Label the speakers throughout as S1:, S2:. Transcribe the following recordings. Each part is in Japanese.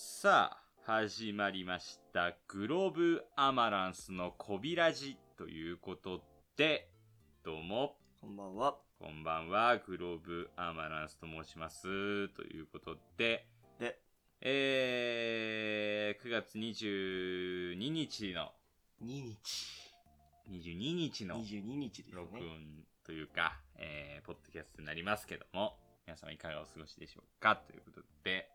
S1: さあ、始まりました。グローブアマランスのコビラジということで、どうも。
S2: こんばんは。
S1: こんばんは、グローブアマランスと申します。ということで、
S2: で、
S1: えー、9月22日の、
S2: 2日。
S1: 22日の
S2: 22日です
S1: 録
S2: ね。
S1: 音というか、えー、ポッドキャストになりますけども、皆様いかがお過ごしでしょうかということで、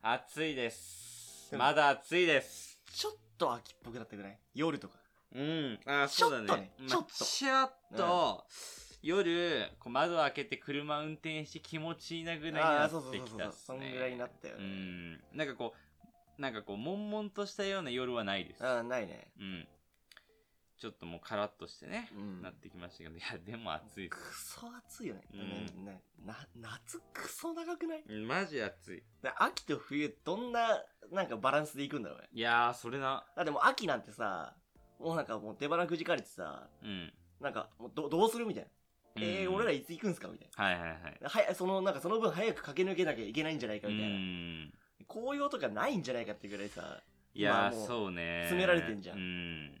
S1: 暑いです。
S2: でも
S1: まだ暑いです。
S2: ちょっと秋っぽくなったぐらい夜とか。
S1: うん。あー
S2: ちょっ
S1: そう
S2: と
S1: だ
S2: ね
S1: ね。
S2: ちょっと
S1: まあちょっと、夜、こう窓開けて車運転して気持ちいいなぐらいに
S2: あ
S1: な
S2: あ、
S1: って
S2: そうそうそう
S1: き
S2: そ
S1: た
S2: う
S1: っ。す
S2: そん
S1: ね。
S2: ぐらいになったよ
S1: う
S2: ね。
S1: ん。なんかこう、なんかこう、悶々としたような夜はないです。
S2: ああ、ないね。
S1: うん。ちょっともうカラッとしてね、
S2: うん
S1: なってきましたけど、いや、でも暑いで
S2: くそ暑いよね。
S1: うん
S2: ねなな夏くそ長くない
S1: す。マジ暑い。
S2: で秋と冬どんな、なんかバランスでいくんだろうね。
S1: いやー、それな。
S2: あ、でも秋なんてさ、もうなんかもう手腹くじかれてさ、
S1: うん。
S2: なんかもうどどうするみたいな。えー、
S1: うん
S2: 俺らいつ行くんすかみたい
S1: はいはいはい。
S2: な。はい、その、なんかその分早く駆け抜けなきゃいけないんじゃないか
S1: う
S2: みたいな。
S1: ん。
S2: 紅葉とかないんじゃないかってぐらいさ、
S1: いや
S2: 今も
S1: ー、
S2: う
S1: そうね。
S2: 詰められてんじゃん
S1: うん。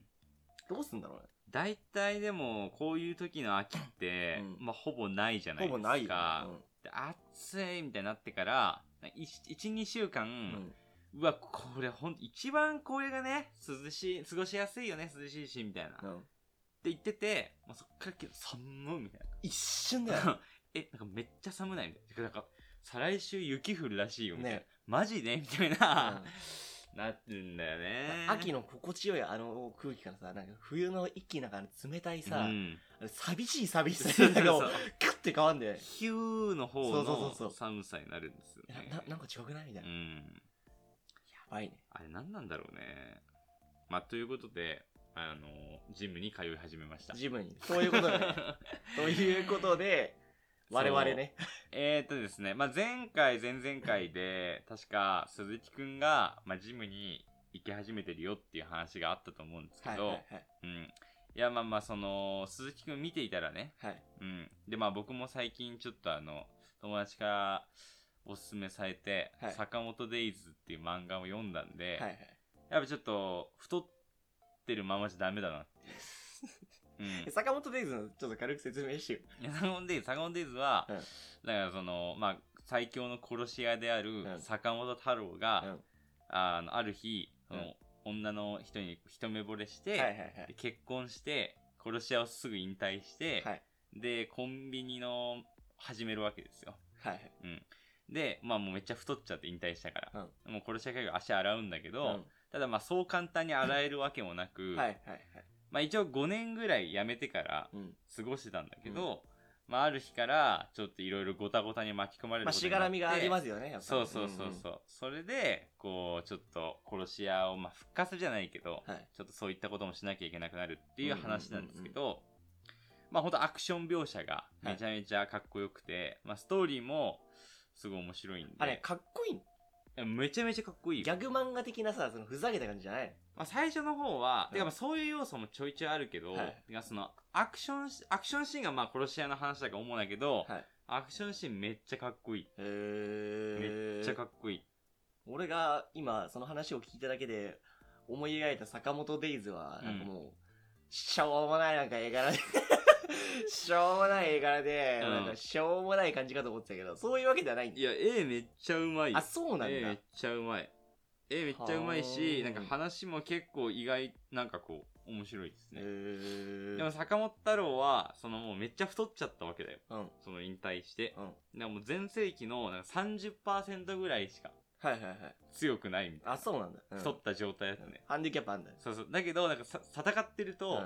S2: どうすんだろうね。
S1: 大体でも、こういう時の秋って、
S2: うん
S1: まあ、ほぼないじゃない
S2: ほ
S1: ですか。
S2: ぼないよ、
S1: で暑いみたいになってから、1、2週間、
S2: うんうん
S1: うわ、これほん、一番これがね、涼しい、過ごしやすいよね、涼しいし、みたいな。
S2: う
S1: って
S2: ん
S1: 言ってて、もうそっからけど、寒いみたい
S2: 一瞬だよ
S1: な。 え、なんかめっちゃ寒ないみたいな。なんか、再来週雪降るらしいよ、みたいな。
S2: ね
S1: マジでみたいな、 なってんだよね。
S2: 秋の心地よいあの空気からさなんか冬の一気なんかあの冷たいさ、
S1: うん、
S2: あれ寂しい寂し
S1: そ
S2: さ
S1: うそ
S2: が
S1: う
S2: も
S1: そう
S2: うクッて変わんで
S1: ヒューの方
S2: そうそうそうそ
S1: の
S2: う
S1: 寒さになるんですよ
S2: いや
S1: ね。
S2: ななんか違くないみたいうな、や
S1: ん。
S2: ばいね
S1: あれ何なんだろうね。まあ、ということで、あの、ジムに通い始めました。
S2: ジムにそういうこ とだねということで我々ね
S1: えーっとですね、まあ、前回、前々回で、確か鈴木くんが、まあ、ジムに行き始めてるよっていう話があったと思うんですけ
S2: はい
S1: ど、
S2: はいはい
S1: うん。いや、まあまあ、その、鈴木くん見ていたらね、
S2: はい
S1: うん。で、まあ僕も最近ちょっとあの、友達からおすすめされて、
S2: はい
S1: 坂本デイズっていう漫画を読んだんで、
S2: はいはい
S1: やっぱちょっと太ってるままじゃダメだなって いう。うん
S2: で。坂本デイズのちょっと軽く説明してよ
S1: いやサゴンデイズ、サゴンデイズは、
S2: うん
S1: だからその、まあ、最強の殺し屋である
S2: うん
S1: 坂本太郎が、
S2: うん
S1: あのある日、
S2: う
S1: そ
S2: ん
S1: の女の人に一目惚れして、
S2: はいはいは
S1: で
S2: い
S1: 結婚して、殺し屋をすぐ引退して、
S2: はい
S1: で、コンビニの始めるわけですよ。
S2: はいはい
S1: で、まあもうめっちゃ太っちゃって引退したから、もう殺し屋が足洗うんだけ
S2: う
S1: ど、
S2: ん
S1: ただまあそう簡単に洗えるわけもなく、
S2: はいはいはい
S1: まあ一応5年ぐらい辞めてから、
S2: うん
S1: 過ごしてたんだけど、まあある日からちょっといろいろごたごたに巻き込まれる
S2: まあ
S1: こと
S2: し
S1: にな
S2: が
S1: って
S2: らみがありますよねやっぱり
S1: そうそうそうそう、それでこうちょっと殺し屋を、まあ、復活じゃないけど、
S2: うんはい
S1: ちょっとそういったこともしなきゃいけなくなるっていう話なんですけど、まあ本当アクション描写がめちゃめちゃかっこよくて、まあストーリーもすごい面白いんで
S2: あれかっこいいの
S1: いやめちゃめちゃかっこいいよ
S2: ギャグ漫画的なさ、そのふざけた感じじゃない
S1: まあ、最初の方は、
S2: うん
S1: てかまあそういう要素もちょいちょいあるけど、
S2: はい
S1: てかそのアクションしアクションシーンがまあ殺し屋の話だから主だけど、
S2: はい。
S1: アクションシーンめっちゃかっこいい。め
S2: へ
S1: っちゃかっこいい。
S2: 俺が今、その話を聞いただけで、思い描いた坂本デイズは、なんかもう、しょうもないなんか 絵柄で、しょうもない絵柄で、
S1: うん
S2: なんかしょうもない感じかと思ってたけど、そういうわけではないんだ
S1: いや、絵めっちゃうまいよ
S2: あ、。そうなんだ。
S1: 絵めっちゃうまい。絵めっちゃうまいし、
S2: は
S1: な
S2: あ
S1: んか話も結構意外、なんかこう、面白いですね。
S2: へ
S1: でも坂本太郎は、そのもうめっちゃ太っちゃったわけだよ。
S2: うん。うん。
S1: その引退して。
S2: はい
S1: だからもう全盛期のなんか30%ぐらいしか
S2: はいはい。
S1: 強くないみたい
S2: あ、そうなんだ。う
S1: な。
S2: ん
S1: 太った状態だったね。
S2: ハンディキャップあんだよ。
S1: そうそう。だけど、なんかさ戦ってる
S2: う
S1: と、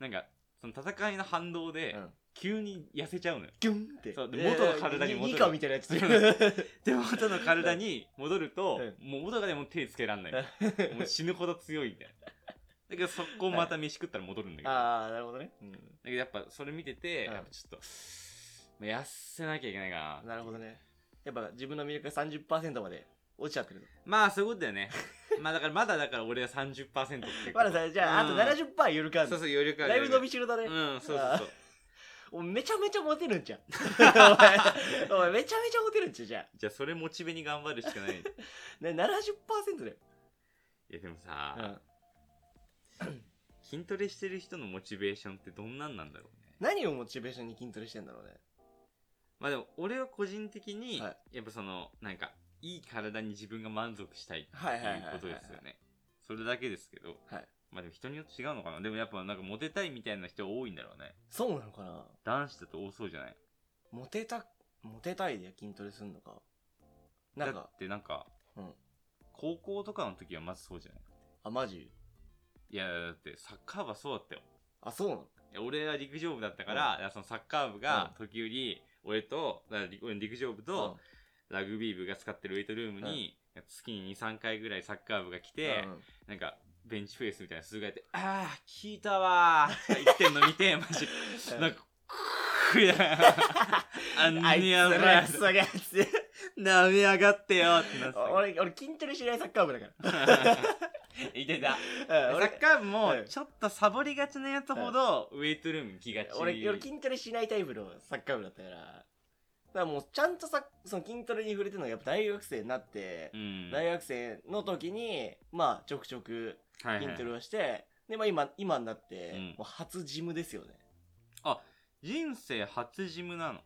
S1: なんか、その戦いの反動で
S2: ん。う、ん。
S1: 急に痩せちゃうのよ。
S2: ギュンって。
S1: そうで元の体に戻る
S2: えーいいかみたいなやつ。
S1: で、元の体に戻ると、
S2: う
S1: もう元がでもう手つけらんない。もう死ぬほど強いみたいな。だけど、そこまた飯食ったら戻るんだけど。だ
S2: ああ、なるほどね。うん
S1: けど、やっぱそれ見てて、
S2: うん
S1: やっぱちょっと、まあ痩せなきゃいけないかな。
S2: なるほどね。やっぱ自分の魅力が30%まで落ちちゃってると。
S1: まあ、そういうことだよね。 まあ、だから、まだだから俺は30%っていうこと。
S2: まださ、じゃあ、
S1: うん
S2: あと70%緩かん
S1: そ
S2: の
S1: うそう、余力ある。
S2: だいぶ伸びしろだね。
S1: うん、そうそうそう。
S2: お前めちゃめちゃモテる んじゃん。お前、お前めちゃめちゃモテるんじゃん、じゃ
S1: じゃあそれモチベに頑張るしか ない。い
S2: あ。ね、70%だよ。
S1: やでも
S2: う
S1: さ、
S2: ん。
S1: 筋トレしてる人のモチベーションってどんなんなんだろうね。
S2: 何をモチベーションに筋トレしてんだろうね。
S1: まあでも俺は個人的に、
S2: は
S1: やっぱそのなんかいい体に自分が満足したいって
S2: はい
S1: い
S2: はいはいは
S1: うこ
S2: い。
S1: とですよね。それだけですけど、
S2: はい
S1: まあでも人によって違うのかな。でもやっぱなんかモテたいみたいな人多いんだろうね。
S2: そうなのかな
S1: 男子だと多そうじゃない
S2: モテた、モテたいで筋トレすんのか。なん
S1: だ
S2: か
S1: っ、てなんか、
S2: うん
S1: 高校とかの時はまずそうじゃない
S2: あ、マジ
S1: いやだってサッカー部はそうだったよ
S2: あ、そうなの
S1: いや俺は陸上部だったから,、そのサッカー部が時折俺とだから陸俺陸上部とラグビー部が使ってるウェイトルームに、月に23回ぐらいサッカー部が来
S2: うん
S1: て、
S2: うん
S1: なんかベンチフェイスみたいな数がやって「ああ聞いたわー」とか言ってんの見 てマジなんかクー やあん
S2: あい
S1: に
S2: つ
S1: やば
S2: ら
S1: い
S2: クソがやつ。
S1: なめやがってよってなってた
S2: 俺、俺筋トレしないサッカー部だか
S1: いてた
S2: ら。うん、
S1: サッ
S2: 俺、
S1: カー部も
S2: うん
S1: ちょっとサボりがちなやつほどウェイトルームに来がち
S2: 俺、俺筋トレしないタイプのサッカー部だったから。だからもう、ちゃんとさ、その筋トレに触れてるのがやっぱ大学生になって
S1: う、ん
S2: 大学生の時に、まあ、ちょくちょく
S1: はいはい
S2: 筋トレをして、で、まあ今、今になって
S1: うん、
S2: もう初ジムですよね。
S1: 人生初ジムなの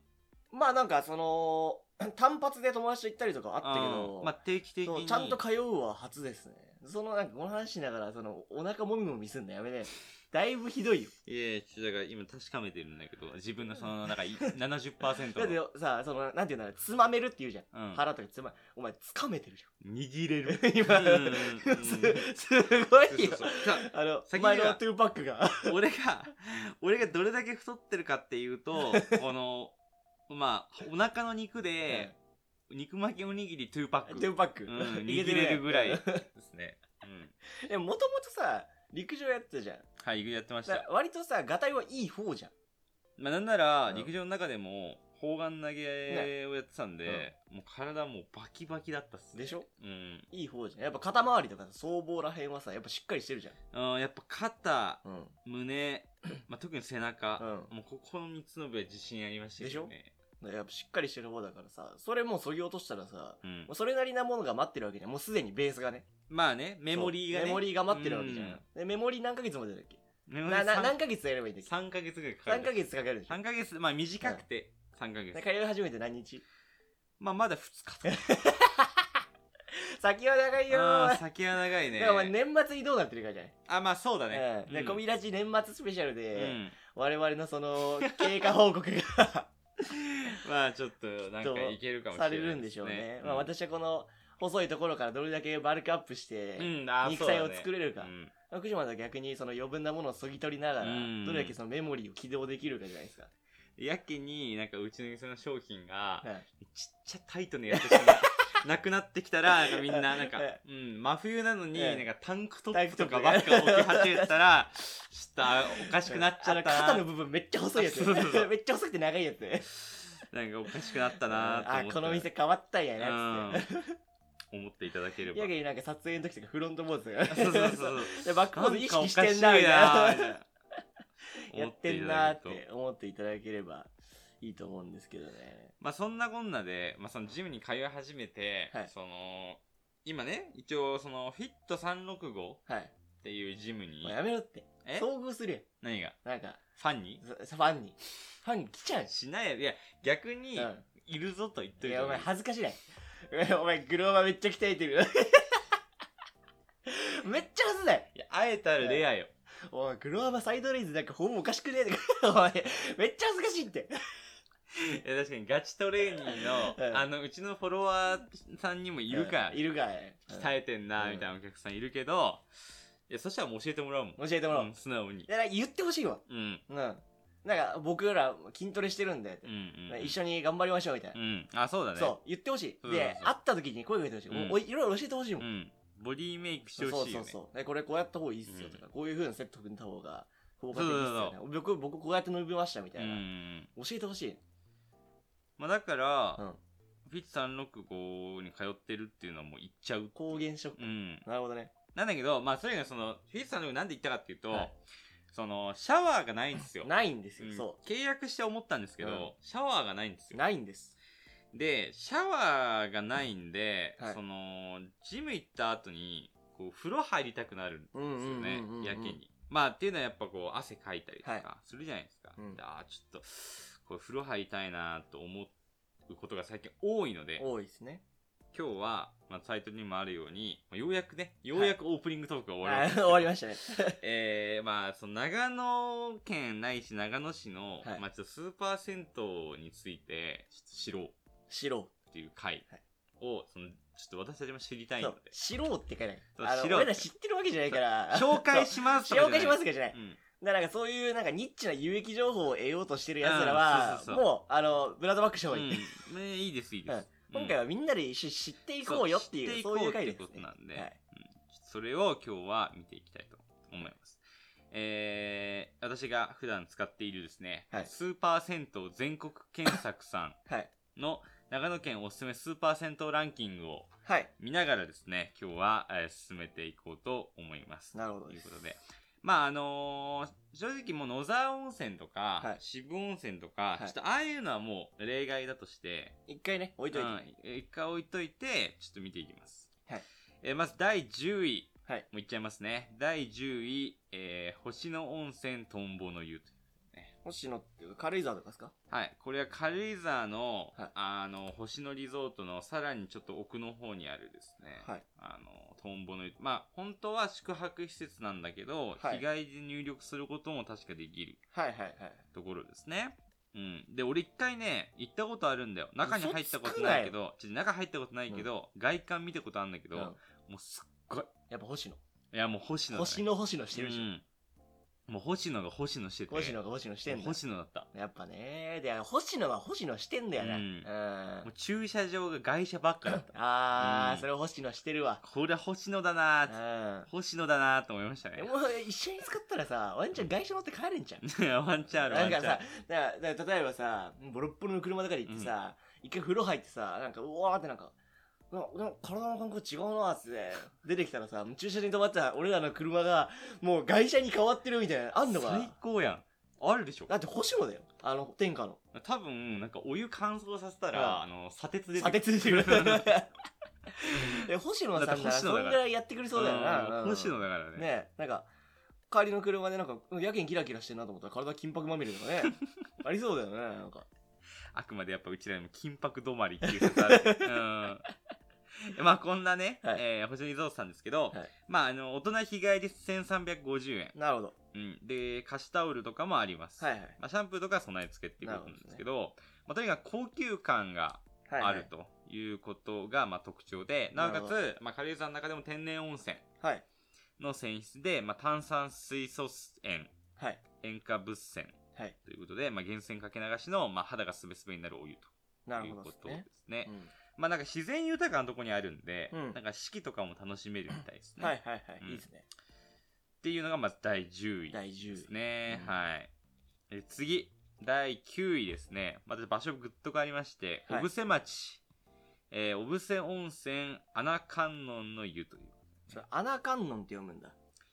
S2: まあなんかその 単発で友達と行ったりとかはあったけど
S1: うんまあ定期的
S2: そう
S1: に
S2: ちゃんと通うは初ですねそのなんかこの話しながらそのお腹もみもみすんのやめねだいぶひどいよ
S1: いやいやちょっとだから今確かめてるんだけど自分のその なんかい70%
S2: だって
S1: の、
S2: よさそのなんていうんだろうつまめるって言うじゃん、
S1: うん、
S2: 腹とかつまお前つかめてるじ
S1: 握れる
S2: ゃん 今、
S1: うんうんうん
S2: すすごいよ
S1: そうそうそう
S2: あの
S1: 先に
S2: 前の
S1: は
S2: トゥーパックが
S1: 俺が俺がどれだけ太ってるかっていう とこのまあお腹の肉で肉巻きおにぎり2パ
S2: ト
S1: ック
S2: ゥーパック、
S1: うん
S2: いけて
S1: 握
S2: ね
S1: れるぐらいですね、うん、
S2: でももともとさ陸上やってたじゃん
S1: はいやってまし
S2: だか
S1: た
S2: ら割とさガタイはいい方じゃん
S1: まあ、なんなら
S2: うん
S1: 陸上の中でも砲丸投げをやってたんで、もう体もうバキバキだったっすね
S2: でしょ
S1: うん、
S2: いい方じゃんやっぱ肩周りとかさ僧帽らへんはさやっぱしっかりしてるじゃん
S1: うん、やっぱ肩
S2: うん、
S1: 胸、まあ、特に背中、
S2: う
S1: もうここの3つの部は自信ありましたけどね
S2: ん、やっぱしっかりしてる方だからさそれもうそぎ落としたらさ
S1: うん
S2: もう、それなりなものが待ってるわけじゃんもうすでにベースがね
S1: まあねメモリーがね
S2: そうメモリーが待ってるわけじゃん、
S1: うん
S2: でメモリー何ヶ月までだっけ
S1: メモリ
S2: な
S1: ー
S2: な
S1: 3,
S2: 何ヶ月やればいいんだっけ
S1: ヶ月ぐらいかかる
S2: 3ヶ月かかるでしょ
S1: 3ヶ月まあ短くて3ヶ月、
S2: で通い始めて何日
S1: まあまだ2日とか
S2: 先は長いよ
S1: あー
S2: ー
S1: 先は長いね
S2: だからお前年末にどうなってるかじゃない、
S1: あまあそうだね、
S2: うん、で、
S1: うん
S2: コミラジ年末スペシャル
S1: う
S2: で、
S1: ん、
S2: 我々のその経過報告が
S1: まあちょっとなんかいけるかもしれな
S2: さ
S1: い
S2: れるんでしょうねまあ
S1: うん
S2: 私はこの細いところからどれだけバルクアップして、
S1: うん、あー
S2: 肉体
S1: そう
S2: を
S1: だね
S2: 作れるか
S1: うん
S2: 福島さんは逆にその余分なものを削ぎ取りながら、
S1: うん
S2: どれだけそのメモリーを起動できるかじゃないですか。
S1: やけになんかうちの店の商品が
S2: はい
S1: ちっちゃタイトなやつしか なくなってきたらなんかみんななんか
S2: え、
S1: うん、真冬なのに
S2: え
S1: な
S2: え
S1: んかタンクト
S2: タン
S1: ッ
S2: ク
S1: プ
S2: ト
S1: と
S2: ップ
S1: かばっか置き始めたらちょっとあおかしくなっちゃった
S2: あの肩の
S1: な
S2: 部分めっちゃ細いやつ。
S1: そうそうそう
S2: めっちゃ細くて長いやつ。
S1: なんかおかしくなったなと思
S2: あ
S1: って、
S2: この店変わったんやなっつっ
S1: うん、思っていただけれ
S2: て。
S1: ば
S2: やけになんか撮影の時とかフロントポーズが。
S1: そうそう そう
S2: でバックポーズ意識してんなみたい
S1: な
S2: な。
S1: や
S2: やってんなーって思っていただければいいと思うんですけどね。
S1: まあそんなこんなで、まあそのジムに通い始めて、
S2: はい
S1: その、今ね、一応そのフィット365っ
S2: はい。
S1: ていうジムに
S2: もう、やめろって。
S1: え
S2: 遭遇する
S1: 何が
S2: やん。なんか、
S1: ファンに
S2: そファンに。ファンに来ちゃうし。
S1: しないよ。いや、逆に、
S2: うん
S1: いるぞと言っと
S2: い
S1: いて
S2: や、お前恥ずかしない。 お前、グローバめっちゃ鍛えてる。 めっちゃ恥ずない。
S1: いや会えたらレアよ。
S2: お前、グローバサイドレイズなんかほぼおかしくねえとか。お 前、めっちゃ恥ずかしいって。
S1: いや、確かにガチトレーニー
S2: う
S1: の、
S2: ん
S1: あの、うちのフォロワーさんにもいるから、
S2: いるか
S1: 鍛えてんな、
S2: うん
S1: みたいなお客さんいるけど、いや、そしたらもう教えてもらうもん。
S2: 教えてもらおう。
S1: うん素直に
S2: い。やなんか言ってほしいわ。
S1: うん。
S2: うん。なんか、僕ら筋トレしてるんで
S1: う、ん、うん。
S2: 一緒に頑張りましょうみたいな
S1: う。ん。あ、そうだね。
S2: そう、言ってほしい。
S1: そうそうそう
S2: で、会った時に声かけてほしい。
S1: うん
S2: おおいろいろ教えてほしいもん。
S1: うん。ボディメイクして
S2: そう
S1: ほしい
S2: そ
S1: よ
S2: う
S1: ね。
S2: そう。でこれこうやった方がいいっすよとか、こういう風なセット組んだ方が効果的っす
S1: そう
S2: よ
S1: そ
S2: ね。僕、僕こうやって伸びましたみた
S1: う
S2: いな。
S1: ん。
S2: 教えてほしい。
S1: まあだから、
S2: うん
S1: フィッツ365に通ってるっていうのはもう行っちゃう。
S2: 抗原ショック
S1: う。ん。
S2: なるほどね。
S1: なんだけど、まあそれがその、フィッツ365なんで行ったかっていうと、
S2: はい
S1: その、シャワーがないんですよ。
S2: ないんですよ、
S1: うん
S2: そ
S1: 契約して思ったんですけど、
S2: うん
S1: シャワーがないんです
S2: う。
S1: よ。
S2: ないんです。
S1: で、シャワーがないんで、
S2: はい
S1: その、ジム行った後に、こう、風呂入りたくなるんで
S2: うんうん
S1: すよね
S2: うんうんう、ん
S1: やけ。に。まあ、っていうのはやっぱこう、汗かいたりと
S2: はい
S1: かするじゃないですか。
S2: うん
S1: でああ、ちょっと、これ風呂入りたいなと思うことが最近多いので、
S2: 多いですね。
S1: 今日は、まあ、タイトルにもあるように、まあようやくね、ようやくオープニングトークが終わりま
S2: あ
S1: した
S2: 終わりましたね。
S1: えー、まあ、その長野県ないし長野市の、
S2: はい
S1: まあ、ちょっとスーパー銭湯について、ちょっと知ろう
S2: 白。
S1: っていう回
S2: はい
S1: を、その、ちょっと私たちも知りたい
S2: そ
S1: の
S2: う。白って書いて
S1: そう
S2: ある。あ
S1: 白
S2: の、俺ら知ってるわけじゃないから。
S1: で、紹介
S2: そ
S1: しますと
S2: う
S1: か
S2: 紹介しますすかじゃない。
S1: うん。
S2: だからなんかそういうなんかニッチな有益情報を得ようとしてる奴ら
S1: うん
S2: は
S1: そう、そうそう
S2: もう、あの、ブラザーバックした方
S1: う
S2: がい
S1: ん
S2: い。
S1: ね、いいです、いいです。うん
S2: 今回はみんなで一緒に知っていこうよっていう、
S1: そ
S2: そうう
S1: 知
S2: い
S1: っていこう
S2: う回です、
S1: っていうことなんで
S2: はい
S1: それを今日は見ていきたいと思います。えー、私が普段使っているですね、
S2: はい
S1: スーパー銭湯全国検索さ
S2: はい。
S1: んの長野県おすすめスーパー銭湯ランキングを
S2: はい。
S1: 見ながらですね、今日は、えー進めていこうと思います。
S2: なるほど
S1: とい
S2: で
S1: う
S2: す
S1: ことで。まああのー正直もう野沢温泉とか、
S2: はい
S1: 渋温泉とか、
S2: はい
S1: ちょっとああいうのはもう例外だとして、
S2: 一回ね、置いといて。
S1: うん一回置いといて、ちょっと見ていきます。
S2: はい
S1: えーまず第10位。
S2: はい
S1: もういっちゃいますね。第10位、えー星野温泉トンボの湯という。
S2: 星野っていうか軽井沢とかですか
S1: はい。これは軽井沢の、
S2: はい
S1: あの、星野リゾートのさらにちょっと奥の方にあるですね。
S2: はい。
S1: あの、トンボの湯。まあ、本当は宿泊施設なんだけど、
S2: はい
S1: 日帰りで入力することも確かできる
S2: はいはいはい。
S1: ところですね。うん。で、俺一回ね、行ったことあるんだよ。中に入ったことないけど、ちょっと中入ったことないけど、外観見たことあるんだけど、
S2: うん
S1: もうすっごい。
S2: やっぱ星野。
S1: いや、もう星野だね、
S2: 星野星野してるでしょ。
S1: うんもう星野が星野してて。
S2: 星野が星野してん
S1: もう
S2: だ。
S1: 星野だった。
S2: やっぱねで、星野は星野してんだよな。
S1: う
S2: うんん。
S1: もう駐車場が外車ばっかだった。
S2: あ
S1: うん
S2: ー、それ星野してるわ。
S1: これは星野だ
S2: う
S1: なーって
S2: ん。
S1: 星野だなーと思いましたね
S2: で。も一緒に使ったらさ、ワンちゃん外車乗って帰れんじゃん。
S1: ワンチャンある、
S2: な
S1: ワ
S2: ん
S1: ンチャ
S2: か
S1: ン。
S2: さ、だからだから例えばさ、ボロッボロの車とかで行ってさ、一回風呂入ってさ、なんか、うわーってなんか、ななんか体の感覚違うなーっつって、出てきたらさ、駐車場に止まってた俺らの車が、もう外車に変わってるみたいな、あんのか
S1: 最
S2: な
S1: 高やん。あるでしょ
S2: だって星野だよ。あの、天下の。
S1: 多分、なんかお湯乾燥させたら、あの、砂鉄で。
S2: 砂鉄出てくる。 で星野さ
S1: だっ
S2: ん
S1: て
S2: なら
S1: 星野だ
S2: そ
S1: から
S2: んぐらいやってくれそうだよな。
S1: うん星野だからね。
S2: ねなんか、帰りの車でなんか、やけにキラキラしてるなと思ったら体金箔まみれとか ね。ありそうだよね、なんか。
S1: あくまでやっぱうちらも金箔止まりっていう説ある。う ん。まあこんなね、
S2: はい
S1: えー星野リゾートさんですけど、
S2: はい
S1: まああの、大人日帰り1350円。
S2: なるほど。
S1: うん。で、貸しタオルとかもあります。
S2: はいはい。
S1: まあシャンプーとかは備え付けっていうことなんですけど、まあとにかく高級感が
S2: はいは
S1: あ
S2: い
S1: るということが、まあ、特徴で、なおか
S2: なるほ
S1: つ、まあ、軽井沢の中でも天然温泉
S2: はい。
S1: の泉質で、まあ、炭酸水素塩、
S2: はい。
S1: 塩化物泉
S2: はい。
S1: ということで、まあ、源泉かけ流しの、まあ、肌がすべすべになるお湯
S2: な
S1: とい
S2: る
S1: う
S2: ほ
S1: こ
S2: ど
S1: とで
S2: ですね。
S1: すね。
S2: うん
S1: まあ、なんか自然豊かなとこにあるんで、
S2: うん
S1: なんか四季とかも楽しめるみたいですね。
S2: はい
S1: っ
S2: はいは
S1: うん
S2: い。いいですね。
S1: ていうのが、まず第10位で
S2: 第10
S1: すね。
S2: うん
S1: はい。え次、第9位ですね。また場所ぐっと変わりまして、
S2: はい
S1: 小布施町。えー、小布施温泉穴観音の湯という。
S2: それ、アナカンノンって読むんだ。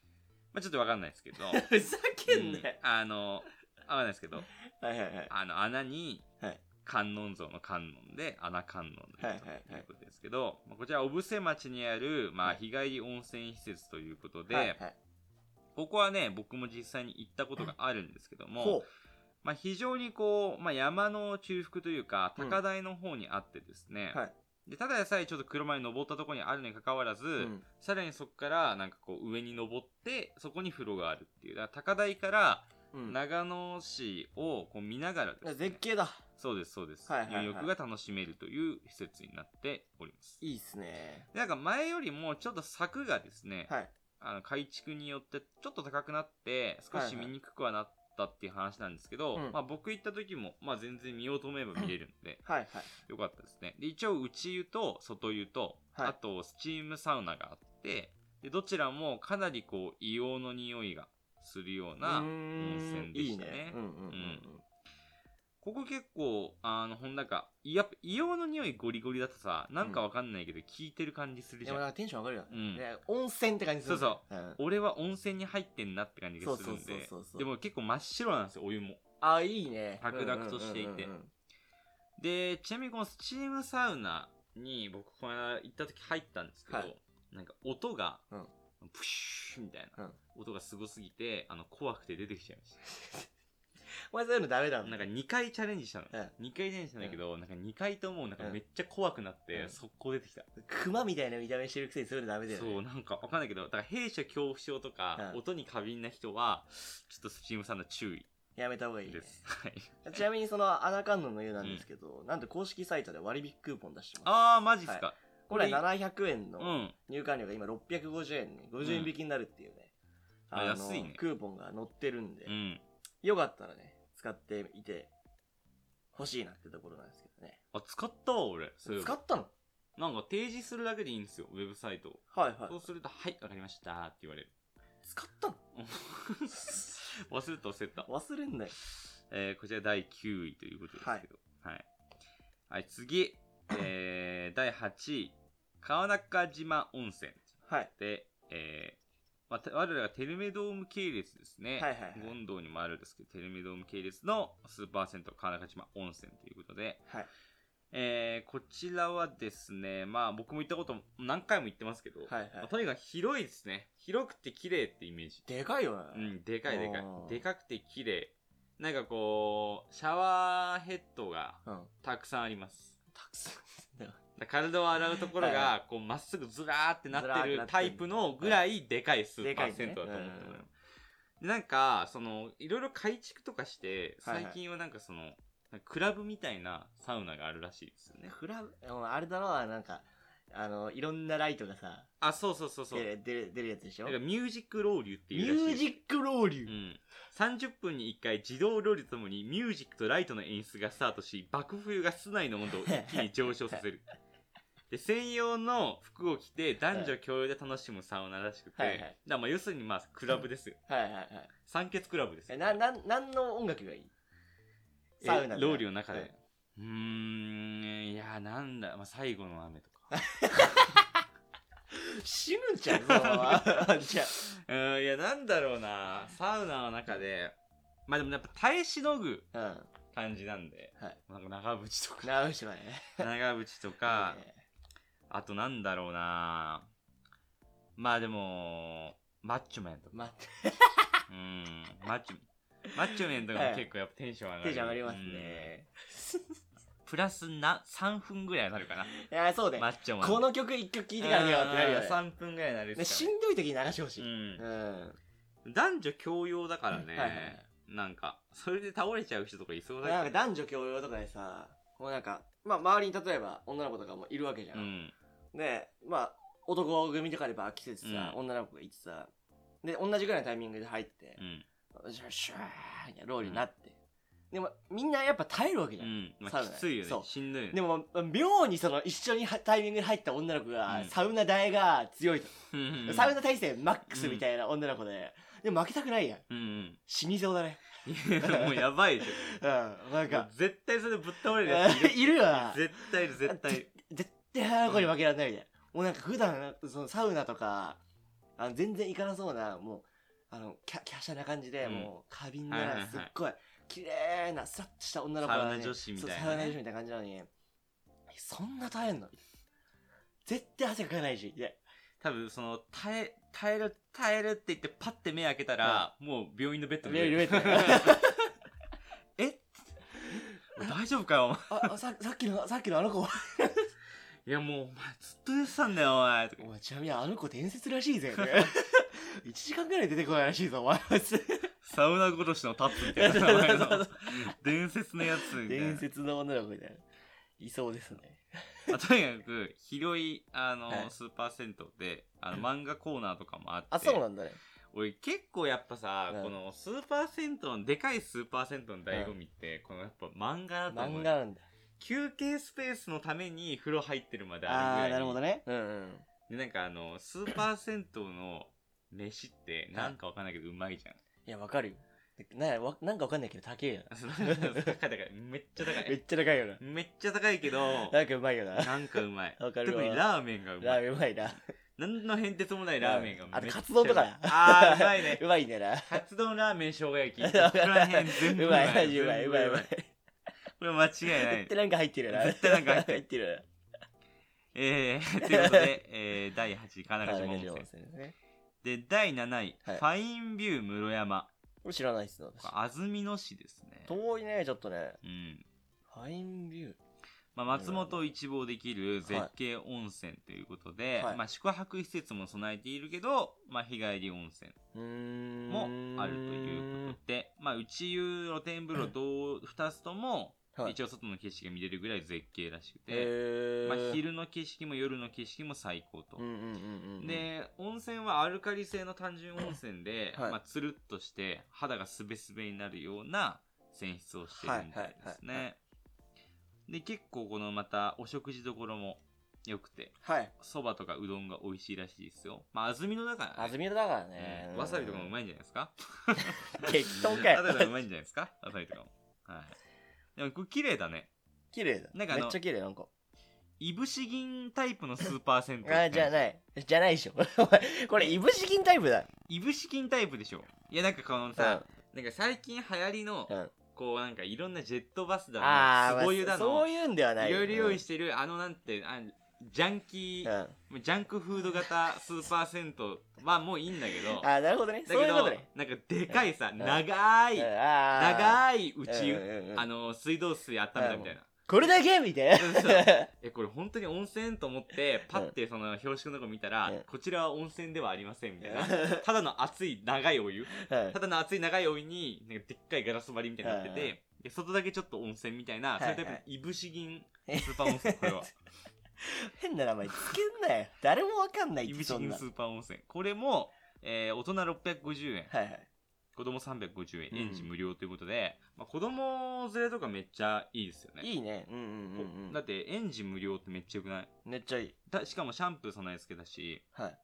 S1: まあ、ちょっとわかんないですけど。
S2: ふざけ
S1: うんあの、わかんないですけど、
S2: はいはいはい。
S1: あの、穴に
S2: はい、
S1: 観音像の観音で、穴観音の
S2: はい
S1: 湯
S2: はい
S1: と
S2: はい
S1: いうことですけど、まあこちら、小布施町にある、まあ、
S2: はい
S1: 日帰り温泉施設ということで、
S2: はいはい、
S1: ここはね、僕も実際に行ったことがあるんですけども、
S2: ほ
S1: まあ、非常にこう、まあ、山の中腹というか、
S2: うん
S1: 高台の方にあってですね、
S2: はい
S1: でただでさえちょっと車に登ったところにあるにかかわらず、
S2: う。うん
S1: さらにそこからなんかこう上に登って、そこに風呂があるっていう、だから高台から
S2: うん。だ
S1: 長
S2: か
S1: 野市をこう見ながらですね、
S2: ら絶景だ。
S1: そうです、そうです、
S2: はいはいはい
S1: 入浴が楽しめるという施設になっております。
S2: いいですね。
S1: でなんか前よりもちょっと柵がですね、
S2: はい。
S1: あの改築によってちょっと高くなって少し見にくくはなったっていう話なんですけど、
S2: はいはいうん
S1: まあ、僕行った時も、まあ、全然見ようと思えば見れるので、
S2: はい
S1: よかったですねで一応内湯と外湯と、
S2: はい
S1: あとスチームサウナがあってでどちらもかなりこう硫黄の匂いがするよう
S2: は。
S1: ない
S2: うーん
S1: 温泉でしたね
S2: いいね。うんうんうんうん。
S1: ここ結構、あの、ほんなんか、やっぱ硫黄の匂いゴリゴリだとさ、なんかわかんないけど、効いてる感じする
S2: で
S1: じ
S2: も
S1: ゃ
S2: なん
S1: ん。
S2: かテンション上がるよ、
S1: うん
S2: ね温泉って感じする
S1: そう
S2: そう、ん、
S1: 俺は温泉に入ってんなって感じがするん
S2: そうそう
S1: で
S2: そうそうそ。う
S1: でも結構真っ白なんですよ、お湯も。
S2: あいいね
S1: 白濁としていて
S2: うんうんうんうん
S1: で、ちなみにこのスチームサウナに僕この間行った時入ったんですけど、
S2: はい
S1: なんか音が、
S2: うん
S1: プシューみたいな、
S2: うん
S1: 音がすごすぎて、あの、怖くて出てきちゃいまし
S2: お前そういうのダメだ
S1: た。なんか2回チャレンジしたの。
S2: うん
S1: 2回チャレンジしたんだけど、なんか2回ともなんか
S2: うん
S1: めっちゃ怖くなって、
S2: うん
S1: 速攻出てきた。
S2: 熊みたいな見た目してるくせにそういうのダメだよね
S1: そう、なんかわかんないけど、だから弊社恐怖症とか、
S2: うん
S1: 音に過敏な人は、ちょっとスチームサウナ注意
S2: やめた方がいい、ね
S1: で、す。はい。
S2: ちなみにそのアナカンノンの湯なんですけど、なんと公式サイトで割引クーポン出してます
S1: あー、マジっすか。
S2: これ700円
S1: う
S2: の
S1: ん。
S2: 入館料が今650円ね50円引きになるっていうね、
S1: うんあ安いね
S2: クーポンが載ってるんで、
S1: うん。
S2: よかったらね使っていて欲しいなってところなんですけどね
S1: あ、使ったわ、俺。そういえば
S2: 使ったの
S1: なんか提示するだけでいいんですよ、ウェブサイトを。
S2: はいはい
S1: そうすると、はい、わかりましたって言われる。
S2: 使ったの
S1: 忘れた忘れた。
S2: 忘れんなよ
S1: えー、こちら第9位ということですけど。はい。はい、次。えー、第8位。川中島温泉
S2: はい
S1: で、えー、まあて我らがテルメドーム系列ですね。
S2: はいはいはい
S1: 権堂にもあるんですけど、テルメドーム系列のスーパー銭湯川中島温泉ということで、
S2: はい
S1: えー、こちらはですね、まあ僕も行ったこと何回も行ってますけど、
S2: はいは
S1: まあ
S2: い
S1: とにかく広いですね。広くて綺麗ってイメージ。
S2: でかいよ
S1: う
S2: ね、
S1: ん、でかいでかい
S2: あ。ー
S1: でかくて綺麗。なんかこう、シャワーヘッドが
S2: うん
S1: たくさんあります。
S2: たくさん
S1: だから体を洗うところ
S2: はい
S1: が、こう、まっすぐずらーってな
S2: ずらーっ
S1: ってて
S2: な
S1: る
S2: ってる
S1: タイプのぐらいでかいスーパー銭湯だと思
S2: で
S1: って
S2: かい
S1: も
S2: ね
S1: ら
S2: うんうん
S1: うなんか、その、いろいろ改築とかして、
S2: はいはい
S1: 最近はなんかその、なんかクラブみたいなサウナがあるらしいですよね。
S2: クラブうんあれだろなんかあのいろんなライトがさ
S1: あ、そうそうそうそう。
S2: 出る出る出るやつでしょ
S1: なんかミュージックロウリュって
S2: ミ
S1: いうらしい
S2: ュ
S1: です
S2: ージックロウリュ、
S1: うん、30分に1回自動料理とともにミュージックとライトの演出がスタートし爆風が室内の温度を一気に上昇さ せるで専用の服を着て男女共用で楽しむサウナらしくて、
S2: はいはい
S1: だからまあ要するにまあクラブですよ
S2: はいはいはい
S1: 酸欠クラブです
S2: え
S1: よ
S2: ななんなんの音楽がいい
S1: え
S2: サウナで
S1: ロウリュの中で、
S2: はいう
S1: ーんいやなんだ、まあ、最後の雨 とか
S2: 死ぬんちゃうそのままじゃあ
S1: うーんいやなんだろうなサウナの中でまあでもやっぱ耐えしのぐ
S2: うん
S1: 感じなんで、
S2: はい
S1: なんか長渕とか
S2: 直してもらえ
S1: 長渕とか、あとなんだろうなまあでも、マッチョメンとか。
S2: ま
S1: うん、マッチョ、マッチョメンとかも結構やっぱテンション上がる。
S2: あテンション上がりますね
S1: うん。プラスな、3分ぐらいになるかな。
S2: いやそうだよ
S1: マッチョマン。
S2: この曲一曲聴いてから見ようってなるよね
S1: 3分ぐらいになる
S2: ね
S1: っ
S2: し
S1: すか
S2: んどい時に流してほし
S1: ら
S2: いうん
S1: うん。男女共用だから
S2: はいはいは
S1: ね
S2: い。
S1: なんか、それで倒れちゃう人とかいそうだ
S2: なん
S1: け
S2: か男女共用とかでさもうなんかまあ周りに例えば女の子とかもいるわけじゃ
S1: ど。うん。
S2: で、まあ、男組とかでバー来ててさ、
S1: うん
S2: 女の子がいてさ、で、同じぐらいのタイミングで入って
S1: う、ん。
S2: シュッシューみたいなロールになって。でも、みんなやっぱ耐えるわけじ
S1: う
S2: ゃん。
S1: ん。ま
S2: サウ
S1: あ、
S2: ナ
S1: きついよ
S2: そ
S1: ね
S2: う。
S1: しんどいよ
S2: で
S1: ね。
S2: も、妙にその、一緒にはタイミングで入った女の子
S1: う
S2: が、
S1: ん
S2: サウナ代が強いと。
S1: うんうん
S2: サウナ体制マックスみたいな女の子で、でも負けたくないやん。
S1: うんうん。
S2: 死にそうだね。
S1: いやもうやばいでしょ。
S2: うん、なん
S1: もう
S2: か、
S1: 絶対それぶっ倒れるやついる
S2: いるよな。
S1: 絶対いる絶対いる
S2: 絶対あの子に負けられないみたいな、もうなんか普段そのサウナとかあの全然行かなそうなもうあのキャ華奢な感じで、
S1: うん
S2: もう過敏
S1: はいはいは
S2: ないすっごい綺麗なスラッとした女の子なのに
S1: サウナ女子みたいなね
S2: そうサウナ女子みたいな感じなのにそんな耐えんの絶対汗かかないしで
S1: 多分その耐え耐える耐えるって言ってパッて目開けたら、もう病院のベッドに
S2: 病院のベッドに
S1: えっ大丈夫かよお前
S2: ああささっきのさっきのあの子
S1: いやもうお前ずっと出てたんだよお前とか
S2: お前ちなみにあの子伝説らしいぜ 1時間ぐらい出てこないらしいぞお前
S1: サウナ殺しのタップみたいなお前の伝説のやつみたいな
S2: 伝説の女の子みたいないそうですね
S1: まあとにかく広いあの、
S2: はい
S1: スーパー銭湯であの漫画コーナーとかもあって
S2: あそうなんだね
S1: 俺結構やっぱさ、
S2: うん
S1: このスーパー銭湯のでかいスーパー銭湯の醍醐味って、このやっぱ漫画だと思う
S2: 漫画なんだ
S1: 休憩スペースのために風呂入ってるまで
S2: あ
S1: あ
S2: あ
S1: るぐら
S2: ー
S1: い
S2: なるほどねうんうん
S1: でなんかあのスーパー銭湯の飯ってなんかわかんないけどうまいじゃん
S2: いやわかるよなわなんかわかんないけど高いよ な
S1: 高い高いめっちゃ高
S2: め
S1: い
S2: っちゃ高いよな
S1: めっちゃ高いけど
S2: なんかうま いよな
S1: なんかうまい
S2: わか
S1: 特
S2: るわ
S1: にラーメンがうま
S2: ラー
S1: い
S2: メンうまい な
S1: 何の変哲もないラーメンが
S2: あと
S1: めっちゃ
S2: カツ丼とかな
S1: あーうまいね
S2: うまいね な
S1: カツ丼ラーメン生姜焼き ここら辺全部
S2: う まいうまい
S1: 全
S2: う
S1: 部
S2: まいうまい
S1: これ間違いな
S2: 絶
S1: い
S2: 対なんか入ってるよな
S1: 絶対なんか入ってる
S2: 入ってる
S1: えー、ということで、えー、第8位金
S2: あ
S1: 中
S2: な
S1: 島
S2: んか
S1: 温
S2: ジモン
S1: 泉
S2: ですね
S1: で第7位、
S2: はい
S1: ファインビュー室山
S2: これ知らないっすな私
S1: これ安曇野市ですね
S2: 遠いねちょっとね
S1: うん
S2: ファインビュー
S1: まあ、松本を一望できる絶景温泉ということで、
S2: はい
S1: まあ、宿泊施設も備えているけど、まあ、日帰り温泉
S2: うーん
S1: もあるということで、まあ、内湯露天風呂と2つとも、
S2: はい
S1: 一応外の景色が見れるぐらい絶景らしくて、
S2: えー
S1: まあ、昼の景色も夜の景色も最高と
S2: うん。うんうんうん
S1: で、温泉はアルカリ性の単純温泉で、
S2: はい
S1: まあ、つるっとして肌がすべすべになるような泉質をしてるみたいです
S2: はいはいはい
S1: ね。で、結構このまたお食事どころも良くて、
S2: はい
S1: そばとかうどんが美味しいらしいですよ。まあ、安曇野だから
S2: 安
S1: ね。
S2: 曇野だからね
S1: うんわさびとかもう
S2: い
S1: まいんじゃないですか
S2: 適当か
S1: わさびとかう
S2: よ
S1: まいんじゃないですかわさびとかも。はい。でも、これ綺麗だね。
S2: 綺麗だ
S1: な
S2: め
S1: んかあの
S2: っちゃ綺麗なんか
S1: いぶし銀タイプのスーパー銭湯って感
S2: あじゃないじゃないでしょ これいぶし銀タイプだ
S1: いぶし銀タイプでしょ。いや、なんかこのさ、なんか最近流行りの、
S2: うん
S1: こうなんかいろんなジェットバスだ
S2: あ
S1: の、
S2: あ
S1: すご湯だ
S2: そ
S1: の、
S2: う
S1: い
S2: いうんではない
S1: ろいろ用意し
S2: し
S1: てる、あのなんて、あジャンキ
S2: うん
S1: ー、
S2: あ
S1: ジャンクフード型スーパー銭湯はもういいんだけど、だ
S2: ーなるほどね
S1: け
S2: そういうこと
S1: ど、
S2: ね
S1: なんかでかいさ、
S2: ん
S1: 長い、
S2: 長
S1: 長い内湯、あ
S2: の
S1: の、水道水温めたみたいな。
S2: これだけみたいな
S1: そうそう え、これ本当に温泉と思って、パッてその標識のとこ見たら
S2: うん、
S1: こちらは温泉ではありませんみたいな。ただの熱い長いお湯。
S2: うん
S1: ただの熱い長いお湯に、なんかでっかいガラス張りみたいになって
S2: はいは
S1: て、で外だけちょっと温泉みたいな、
S2: い
S1: そ
S2: は
S1: ういタ
S2: いう
S1: イプのいぶし銀スーパー温泉、これ は。
S2: 変な名前つけんなよ誰もわかんない
S1: い
S2: っ
S1: ぶ
S2: て
S1: し
S2: そん
S1: 銀
S2: な
S1: スーパー温泉。これも、えー大人650円、
S2: はいはい
S1: 子供350
S2: うん
S1: 円、園児無料ということで、まあ、子供連れとかめっちゃいいですよね。
S2: いいねうんうんうんう
S1: だ
S2: ん
S1: って、園児無料ってめっちゃよくない
S2: めっちゃいい
S1: だしかもシャンプー備え付けだし、
S2: はい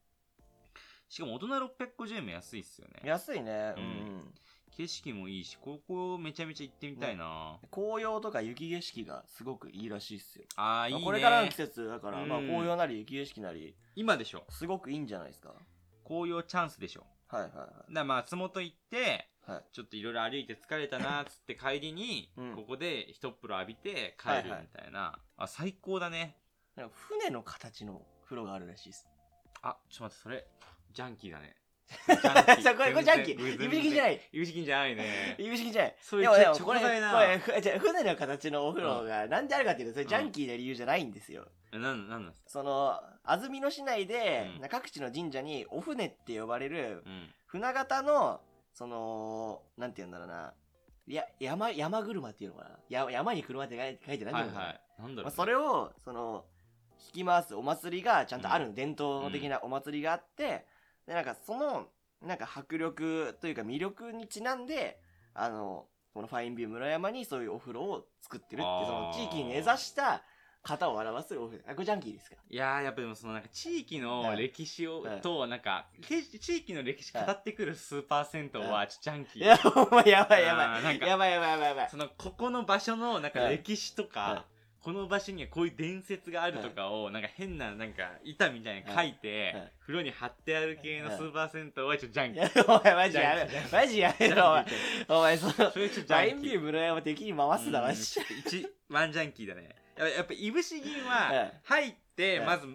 S1: しかも大人650円も安いっすよね。
S2: 安いね
S1: う
S2: うんんうん
S1: 景色もいいし、ここめちゃめちゃ行ってみたいな、
S2: 紅葉とか雪景色がすごくいいらしいっすよ
S1: ああ、いいね。
S2: これからの季節だから、
S1: うん
S2: まあ、紅葉なり雪景色なり
S1: 今でしょ。
S2: すごくいいんじゃないですか
S1: 紅葉チャンスでしょ。
S2: はいはいはい
S1: だから松本行って、
S2: はい
S1: ちょっといろいろ歩いて疲れたなーっつって帰りに、
S2: うん
S1: ここで一風呂浴びて帰るみたいな。あ、最高だね。
S2: なんか船の形の風呂があるらしいです
S1: あ、ちょっと待って、それ、ジャンキーだね。ジャンキー
S2: そこれこれジャンキー
S1: 全然
S2: 指式じゃない
S1: いぶし銀じゃないね。
S2: 指式じゃない
S1: そういう
S2: でもでも
S1: ちょ
S2: これ
S1: ちょこざいな
S2: これふじゃあ船の形のお風呂がなんであるかっていうとそれジャンキーな理由じゃないんですよ、
S1: なん、なんなんですか
S2: その安曇野市内で
S1: うん、
S2: な各地の神社にお船って呼ばれる
S1: うん。
S2: 船型のそのなんて言うんだろうなや山山車っていうのかなや山に車って書いてないん
S1: は
S2: だ
S1: い
S2: ろうな
S1: はい。なんだろうね、
S2: まあ、それをその引き回すお祭りがちゃんとあるの、伝統的なお祭りがあって、でなんかそのなんか迫力というか魅力にちなんであのこのファインビュー村山にそういうお風呂を作ってるって
S1: あー
S2: その地域に根ざした型を表すお風呂あこれジャンキーですか
S1: いやーやっぱでもそのなんか地域の歴史を、
S2: はい
S1: となんかけ地域の歴史語ってくるスーパー銭湯
S2: は
S1: はちょっとジャンキ
S2: い
S1: ー、
S2: やお前やばいやば
S1: あーなん
S2: い
S1: か
S2: やばいやばいやばいやばい
S1: そのここの場所のなんか
S2: はい
S1: 歴史とか、
S2: は
S1: この場所にはこういう伝説があるとかを、なんか変ななんか板みたいなの書いて、
S2: はいはい
S1: 風呂に貼ってある系のスーパー銭湯はちょっとジャン
S2: い
S1: キー、
S2: やお前マジや
S1: ジャン
S2: めマジやめ
S1: ジャンキ
S2: ろ
S1: ー
S2: お前お前そのフ
S1: それちょっとジ
S2: ァイ
S1: ャ
S2: ン
S1: ンキ
S2: ビ
S1: ー
S2: ュー村山敵に回すなマ
S1: うん
S2: ジ
S1: ちょっと一ワンジャンキーだねやっぱやっぱいぶし銀
S2: は
S1: はい入って、
S2: はい
S1: まず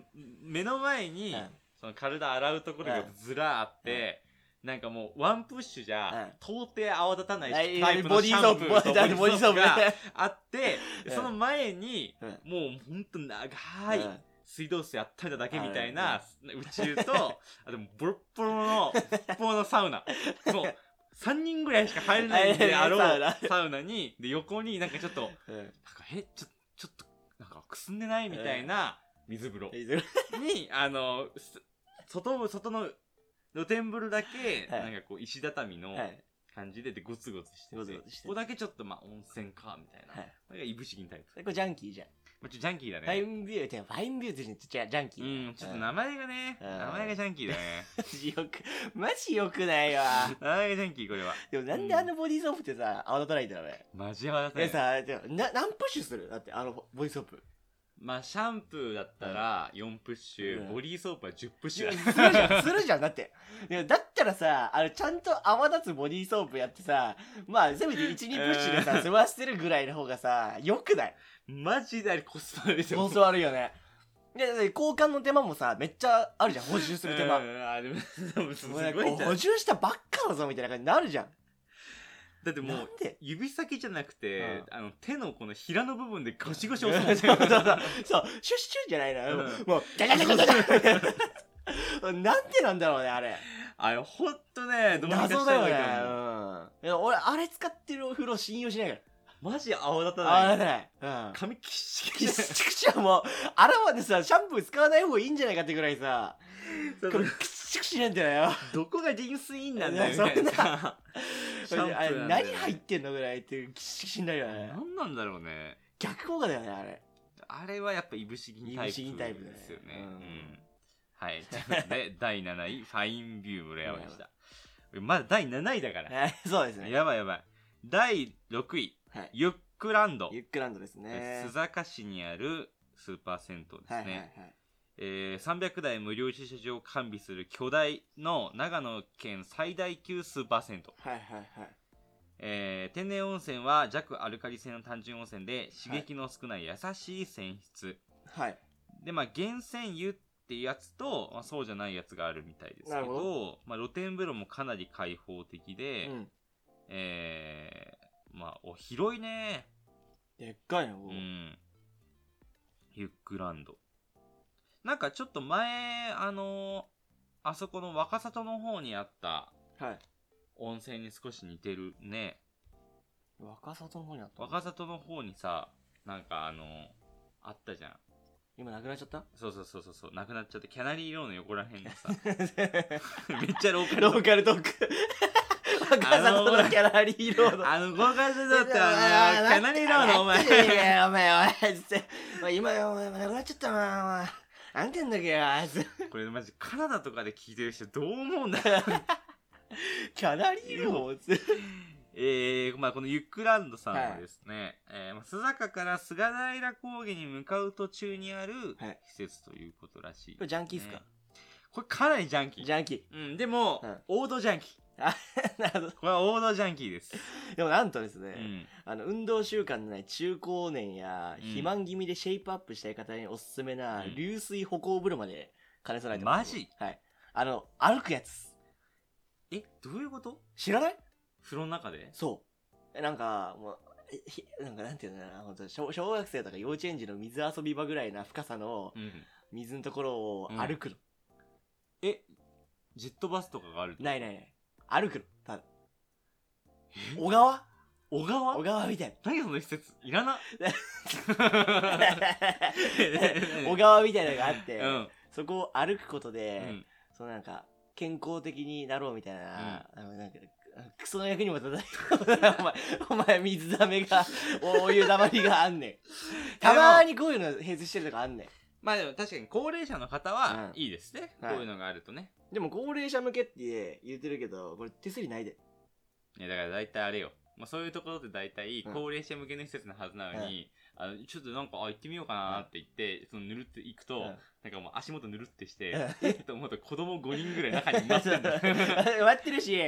S1: 目の前に、
S2: はい
S1: その体洗うところがずらーあって、なんかもうワンプッシュじ
S2: は
S1: ゃ
S2: い
S1: 到底泡立たないタ
S2: はい
S1: イプの
S2: ボデ
S1: シ
S2: ィー
S1: ャ
S2: ソ
S1: ン
S2: ー
S1: プ
S2: プ
S1: ーとボディ
S2: ボディー
S1: ーソー
S2: ソ
S1: プ
S2: ープ
S1: が
S2: が
S1: あって
S2: うん
S1: その前に
S2: うん
S1: もうほんと長い
S2: うん
S1: 水道水あっためただけみたい
S2: は
S1: な宇宙と あでもボロッボロのボロのサウナもう3人ぐらいしか入れないんであろ
S2: サウ
S1: う
S2: ナ
S1: サウナにで横になんかちょっとなんか
S2: うん
S1: えちょちょっとなんかくすんでないみたいな水風呂に、あの、す外、外の露天風呂だけ、
S2: はい
S1: なんかこう、石畳の
S2: はい
S1: 感じで、で、ゴツゴツしてて
S2: ゴツゴツしてて
S1: ここだけちょっと、まあ、温泉か、みたいな。
S2: はい
S1: これがいぶし銀タイプ。
S2: これジャンキーじゃん
S1: ままあちょジャンキーだね。
S2: ファインビューってファインビューってじゃジャンキ
S1: う
S2: ー
S1: ん、ちょっと名前がね、
S2: うん
S1: 名前がジャンキーだね。
S2: だよくマジよくないわ
S1: 名前がジャンキー、これは。
S2: でもなんであのボディーソープってさ泡立たないんだろうね
S1: マジ泡立た
S2: え
S1: ない。
S2: さでもな何プッシュするだってあのボディーソープ
S1: まあ、シャンプーだったら4プッシュ、
S2: うん
S1: ボディーソープは10プッ
S2: す
S1: シュ
S2: る
S1: だ。
S2: じゃんするじゃんだってでもだったらさあのちゃんと泡立つボディーソープやってさまあせめて12プッシュで
S1: う
S2: さ
S1: ん
S2: 済ませてるぐらいの方がさよくない
S1: マジであれコスパですよ。
S2: 放送悪いよねでで交換の手間もさめっちゃあるじゃん補充する手間
S1: うんあーでもでもす
S2: も
S1: ご
S2: うなんか
S1: いじゃ
S2: 補
S1: ん
S2: 充したばっかだぞみたいな感じになるじゃん
S1: だっても
S2: なん
S1: う
S2: で
S1: 指先じゃなくて、
S2: う
S1: あの手のこの平の部分でゴシゴシ
S2: そう
S1: 押
S2: そう
S1: さえて
S2: そう
S1: る
S2: そうシュッシュッじゃないのよ、
S1: うん
S2: もうジャジャジャジャジャ なんでなんだろうねあれ
S1: あれほんとねどうにかした
S2: 謎
S1: 方
S2: だよ
S1: がいい
S2: ね
S1: と思う、
S2: うんいや俺あれ使ってるお風呂信用しないか
S1: マジ泡立た
S2: らあ
S1: ない
S2: れだねうん
S1: 髪キッシキ
S2: キ
S1: シ
S2: ッチクチはもう洗わでさシャンプー使わない方がいいんじゃないかってぐらいさ
S1: そう
S2: これキッチクチなんだよ
S1: どこがリンスインなんだよみたい
S2: いや
S1: な
S2: そ
S1: さシ
S2: ん
S1: ャンプー
S2: あれ
S1: なんだよ
S2: 何入ってんのぐらいっていうキッチクチになるよね
S1: 何なんだろうね
S2: 逆効果だよねあ れ
S1: あれはやっぱいぶし銀タイプ
S2: いぶし銀タイプだね
S1: ですよね、
S2: うん
S1: うんはいということで 第7位ファインビュー村山でしたまだ第7位だから
S2: えそうですね
S1: やばいやばい第6位
S2: はい
S1: ユックランド
S2: ユックランドですね
S1: 須坂市にあるスーパー銭湯ですね、
S2: はいはいはい
S1: えー300台無料駐車場を完備する巨大の長野県最大級スーパー銭湯、
S2: はいはいはい
S1: えー天然温泉は弱アルカリ性の単純温泉で刺激の少ない優しい泉質、
S2: はい
S1: でまあ源泉湯っていうやつと、まあ、そうじゃないやつがあるみたいですけ
S2: な
S1: ど
S2: るほど
S1: まあ、露天風呂もかなり開放的で、
S2: うん
S1: えーまあお広いね
S2: でっかいの
S1: うん。ユックランド。なんかちょっと前、あのーあそこの若里の方にあった
S2: はい
S1: 温泉に少し似てるね。
S2: 若里の方にあった
S1: 若里の方にさ、なんかあのーあったじゃん。
S2: 今なくなっちゃった
S1: そうそうそうそうそう、なくなっちゃって、キャナリーローの横ら辺で さ、めっちゃローカル
S2: ローカルトーク若里のキャラリーロード
S1: あの、合格者だったら
S2: あ
S1: ね、キャナリーローのお前。
S2: お前、お前、つって。お前今、お前、なくなっちゃったな、お前。なんてんだっけよ、あいつ。
S1: これマジカナダとかで聞いてる人どう思うんだよ
S2: キャラリーロード
S1: えーまあ、このユックランドさんはですね、えーまあ、須坂から菅平高原に向かう途中にある
S2: はい
S1: 施設ということらしい、
S2: これジャンキーっすか
S1: ねこれかなりジャンキー
S2: ジャンキ
S1: うん、でも、
S2: うん
S1: 王道ジャンキー
S2: ー。なるほど。
S1: これは王道ジャンキーです、
S2: でもなんとです
S1: う
S2: ね、
S1: ん、
S2: あの、運動習慣のない中高年や、
S1: うん
S2: 肥満気味でシェイプアップしたい方におすすめな
S1: う、ん
S2: 流水歩行風呂まで兼ね備えてます。
S1: マジ
S2: はい。あの、歩くやつ。
S1: えどういうこと
S2: 知らない
S1: 風呂の中で
S2: そう。えなんか、もう、えひなんかなんていうのかな、本当小小学生とか幼稚園児の水遊び場ぐらいな深さの
S1: うん
S2: 水のところを歩くの。
S1: えジェットバスとかがある
S2: ないいないない。歩くの。ただ。小川
S1: 小川
S2: 小川み たい
S1: 何その施設いら な
S2: な。 小川みたいなのがあって、
S1: うん、
S2: そこを歩くこと
S1: う
S2: で、
S1: ん、
S2: そのなんか、健康的になろうみたいな、あのなんか、クソの役にも立たない。お 前、お前、水溜めが、お湯溜まりがあ んねん。たまーにこういうの併設してるとかあんねん。
S1: まあでも確かに高齢者の方は
S2: うん
S1: いいですね、
S2: はい
S1: こういうのがあるとね
S2: でも高齢者向けって言ってるけど、これ手すりないで。
S1: ね、だから大体あれよ。まあ、そういうところで大体、
S2: うん
S1: 高齢者向けの施設のはずなのに、あの、ちょっとなんか、あ、行ってみようかなって言って、その、ぬるって行くと、
S2: うん
S1: なんかもう足元ぬるってして、
S2: うん
S1: えっと思うと子供5人ぐらい中 にいま
S2: 待
S1: すんだよ。
S2: ってるし、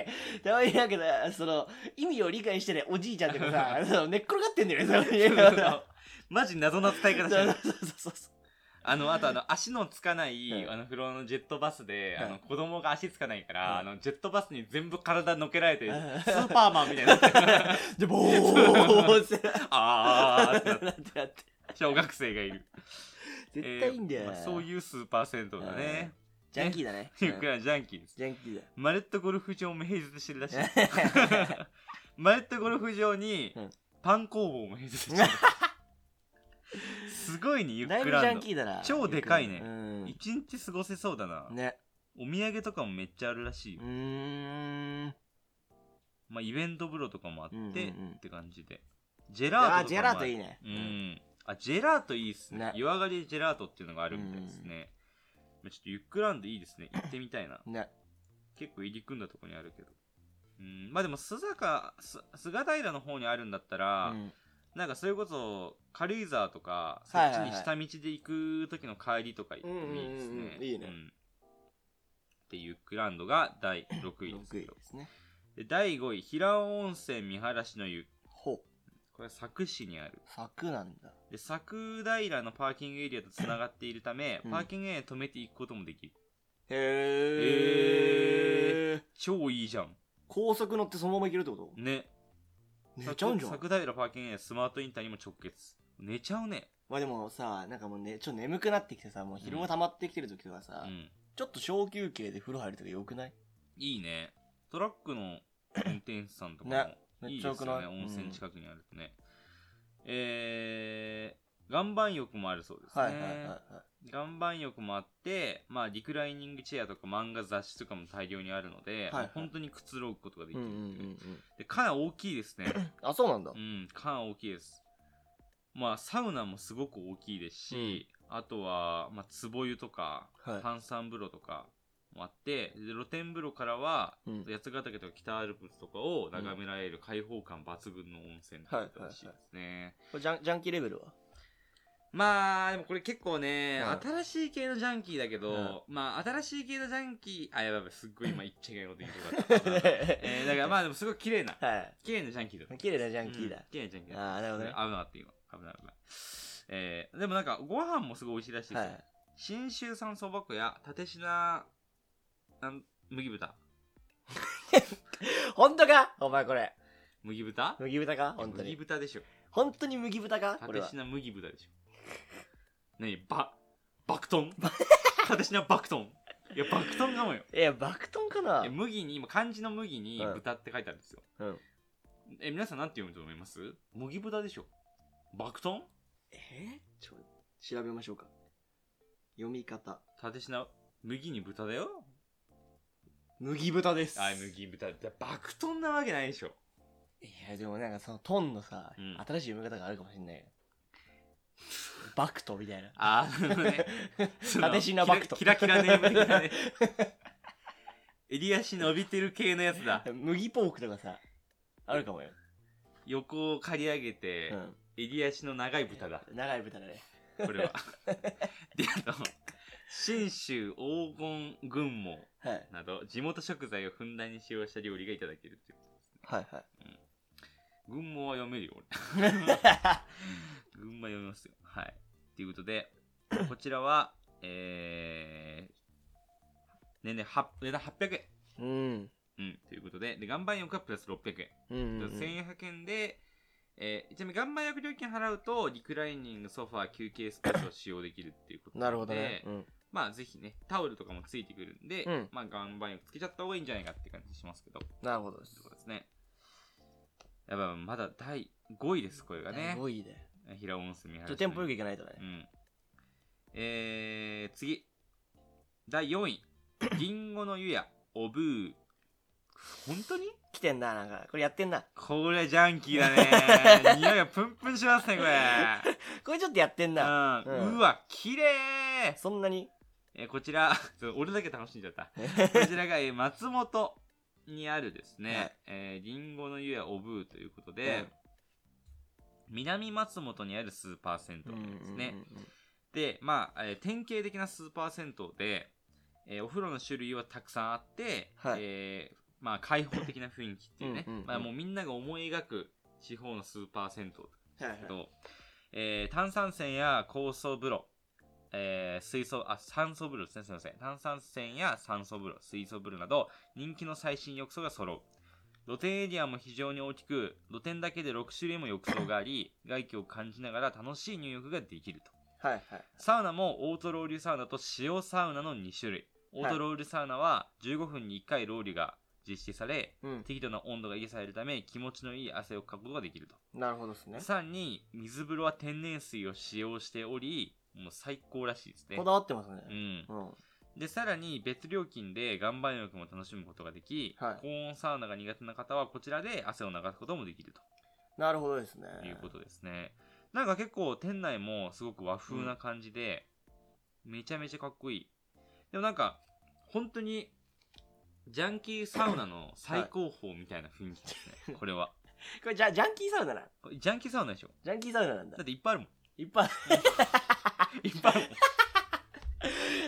S2: たまになんかさその、意味を理解してないおじいちゃんとか さ、その寝っ転がってんだよね、その家の 中
S1: マジ謎の使い方してる。
S2: そうそう そうそ
S1: あの、あとあの、足のつかない、
S2: うん
S1: あの、風呂のジェットバスで、あ
S2: う
S1: の、
S2: ん
S1: 子供が足つかないから、
S2: うん
S1: あの、ジェットバスに全部体乗っけられて、
S2: うん
S1: スーパーマンみたいになってる。
S2: う。で、ボーって
S1: あーって な
S2: なっ
S1: って
S2: てなって。
S1: 小学生がいる。
S2: 絶対いいんだよ
S1: えー
S2: な、
S1: まあそういうスーパー銭湯だね。
S2: ジャンキーだね。
S1: ゆっくらジャンキーです。
S2: ジャンキーだ。
S1: マレットゴルフ場も併設してるらしい。 マレットゴルフ場に
S2: うん
S1: パン工房も併設して る。すごいね、ユ
S2: だ
S1: ッ
S2: い
S1: ク
S2: ぶジ
S1: ラ
S2: ャ
S1: ン
S2: ン
S1: ド
S2: キ。ーだな。
S1: 超でかいね
S2: うん
S1: 一日過ごせそうだな。
S2: ね。
S1: お土産とかもめっちゃあるらしいうよ。
S2: ーん。
S1: まあ、イベント風呂とかもあって、
S2: うんうんうん
S1: って感じで。ジェラ
S2: あ
S1: ー、トとかも
S2: ジェラートいいね。
S1: うん。あ、ジェラートいいですね。
S2: ね
S1: 湯上がりジェラートっていうのがあるみたいですね。まあちょっとユックランドいいですね。行ってみたいな。
S2: ね。
S1: 結構入り組んだとこにあるけど。うん、まあでも、須坂、す菅平の方にあるんだったら、
S2: うん
S1: なんかそれこそ、軽井沢とか、そ
S2: はい
S1: っ
S2: は
S1: ち
S2: いはい
S1: に下道で行く時の帰りとか行ってもいいです
S2: うんうんうんうん
S1: ね。
S2: いいね
S1: うんで、ユックランドが第6位ですけ
S2: 6位
S1: ど
S2: で。すね。
S1: で、第5位、平尾温泉三原市の湯。
S2: ほう。
S1: これは佐久市にある。
S2: 柵なんだ。
S1: で、佐久平のパーキングエリアと繋がっているため、
S2: うん
S1: パーキングエリアに止めていくこともできる。
S2: へー。
S1: 超いいじゃん。
S2: 高速乗ってそのまま行けるってこと
S1: ね。
S2: 寝ちゃうんじゃん
S1: 佐。久平パーキングエリアスマートインターにも直結。寝ちゃうね。
S2: まあでもさ、なんかもうね、ちょっと眠くなってきてさ、もう昼も溜まってきてる時とかさ、
S1: うん。
S2: ちょっと小休憩で風呂入るとかよくない
S1: いいね。トラックの運転手さんとかも、
S2: ね
S1: い
S2: めっ
S1: い
S2: ち
S1: で
S2: ゃよ
S1: す
S2: く
S1: よ
S2: な
S1: ね。
S2: い
S1: 温泉近くにあるとね。えー、岩盤浴もあるそうですね。
S2: はいはいはいはい。
S1: 岩盤浴もあって、まあ、リクライニングチェアとか漫画雑誌とかも大量にあるので、
S2: はい
S1: まあ本当にくつろぐことができ
S2: うん
S1: る
S2: う
S1: っ
S2: ん
S1: ていう
S2: うんうん。
S1: で、かなり大きいですね。
S2: あ、そうなんだ
S1: う。ん、かなり大きいです。まあ、サウナもすごく大きいですし、あとは、まあ、壺湯とか、
S2: はい
S1: 炭酸風呂とかもあって、で露天風呂からは、
S2: うん
S1: 八ヶ岳とか北アルプスとかを眺められる開放感抜群の温泉っていうのが欲しいですね。
S2: これジャンジャンキーレベルは
S1: まあ、でもこれ結構ね、
S2: うん。
S1: 新しい系のジャンキーだけど、まあ、新しい系のジャンキー、あ、やばいやばい、すっごい今言っちゃいけないこと言いそうだったな えー、だからまあでもすごい綺麗な、
S2: は
S1: 綺麗なジャンキーだった
S2: い。。綺麗なジャンキー
S1: うん
S2: だ。
S1: 綺麗なジャンキーだっ
S2: ああ、なる
S1: た。
S2: ほ
S1: 危
S2: ど
S1: な
S2: ね。
S1: かった今。危ない危ない。えー、でもなんか、ご飯もすごい美味しいらしいです
S2: は
S1: よ。
S2: い。
S1: 信州産そば粉や、蓼科、なん麦豚
S2: 本当かお前これ。
S1: 麦豚
S2: 麦豚か本当
S1: 麦
S2: に。
S1: 豚でしょ。
S2: 本当に麦豚かこれ
S1: 蓼
S2: は。
S1: 科麦豚でしょ。何ば、バクトン蓼科バクトンいや、バクトンかもよ。
S2: いや、バクトンかな
S1: え麦に今漢字の麦に
S2: うん
S1: 豚って書いてあるんですよ、
S2: うん
S1: え皆さんなんて読むと思います麦豚でしょバクトン
S2: えちょ、調べましょうか。読み方。
S1: 縦品麦に豚だよ
S2: 麦豚です。
S1: あ麦豚だバクトンなわけないでしょ
S2: いや、でもなんかそのトンのさ、
S1: うん
S2: 新しい読み方があるかもしれないよ。バクトみたいな。
S1: ああの ねその
S2: 縦品バクト
S1: キラキラキラネーム的なね 襟足伸びてる系のやつだ
S2: 麦ポークとかさ、あるかもよ。
S1: 横を刈り上げて、
S2: うん。
S1: 襟足の長い豚だ
S2: 長い豚だね。
S1: こ れはであと信州黄金群毛
S2: はい。
S1: など地元食材をふんだんに使用した料理がいただけるっていう
S2: はいはい。
S1: 群馬は読めるよ俺 群馬読みますよはいということでこちらはえー、ねねは値段800円
S2: うん。
S1: うん、ということで、で、岩盤浴はプラス600円。
S2: うんうんうん。
S1: 1400円で、えー、ちなみに岩盤浴料金払うと、リクライニング、ソファー、休憩スペースを使用できるっていうこと
S2: な
S1: な
S2: る
S1: の
S2: ほ
S1: で
S2: どね。うん。
S1: まあ、ぜひね、タオルとかもついてくるんで、
S2: うん
S1: まあ、岩盤浴つけちゃった方がいいんじゃないかって感じしますけど。
S2: なるほどで
S1: と
S2: す
S1: いう。ことですね。やっぱまだ第5位です、これがね
S2: す。ごいね。
S1: 平尾温泉見晴ら
S2: ちょ、
S1: し
S2: テンポよく
S1: く。
S2: いかないとね
S1: う。ん。えー、次。第4位。 リンゴの湯や、おぶー。本当に
S2: 来てんな、なんか。これやってんな。
S1: これジャンキーだね。匂いがプンプンしますね、これ。
S2: これちょっとやってん
S1: う
S2: な。
S1: ん。
S2: うん
S1: うわ、綺麗
S2: そんなに。
S1: えーこちら、 そう俺だけ楽しんじゃった。こちらが、えー松本にあるですね、
S2: はい
S1: えーリンゴの湯やおぶーということで、南松本にあるスーパー銭湯なんですね。で、まあ、えー典型的なスーパー銭湯で、えーお風呂の種類はたくさんあって、
S2: はい
S1: えーまあ、開放的な雰囲気っていうね、
S2: うんうんうん
S1: まあ、もうみんなが思い描く地方のスーパー銭湯だ
S2: うん。はい
S1: け
S2: は
S1: ど、
S2: い。
S1: えー炭酸泉や酵素風呂、えー水素、あ、酸素風呂ですね、すみません。炭酸泉や酸素風呂、水素風呂など、人気の最新浴槽が揃う。露天エリアも非常に大きく、露天だけで6種類も浴槽があり、外気を感じながら楽しい入浴ができると。
S2: はいはい。
S1: サウナもオートロウリュサウナと塩サウナの2種類。オートロウリュサウナは15分に1回ロウリュが実施され、
S2: うん。
S1: 適度な温度が維持されるため気持ちのいい汗をかくことができると。
S2: なるほどですね。
S1: さらに、水風呂は天然水を使用しており、もう最高らしいですね
S2: こ。だわってます
S1: う
S2: ね。
S1: ん。
S2: うん。は
S1: で、さらに別料金で岩盤浴も楽しむことができ、
S2: はい
S1: 高温サウナが苦手な方はこちらで汗を流すこともできる
S2: いなるほどですね。
S1: ということですね。なんか結構店内もすごく和風な感じで、めちゃめちゃかっこいい。でもなんか、本当に、ジャンキーサウナの最高峰みたいな雰囲気ですね、これは。
S2: これじゃジャンキーサウナな
S1: これジャンキーサウナでしょ
S2: ジャンキーサウナなんだ
S1: だっていっぱいあるもん。
S2: いっぱい
S1: いっぱいあるも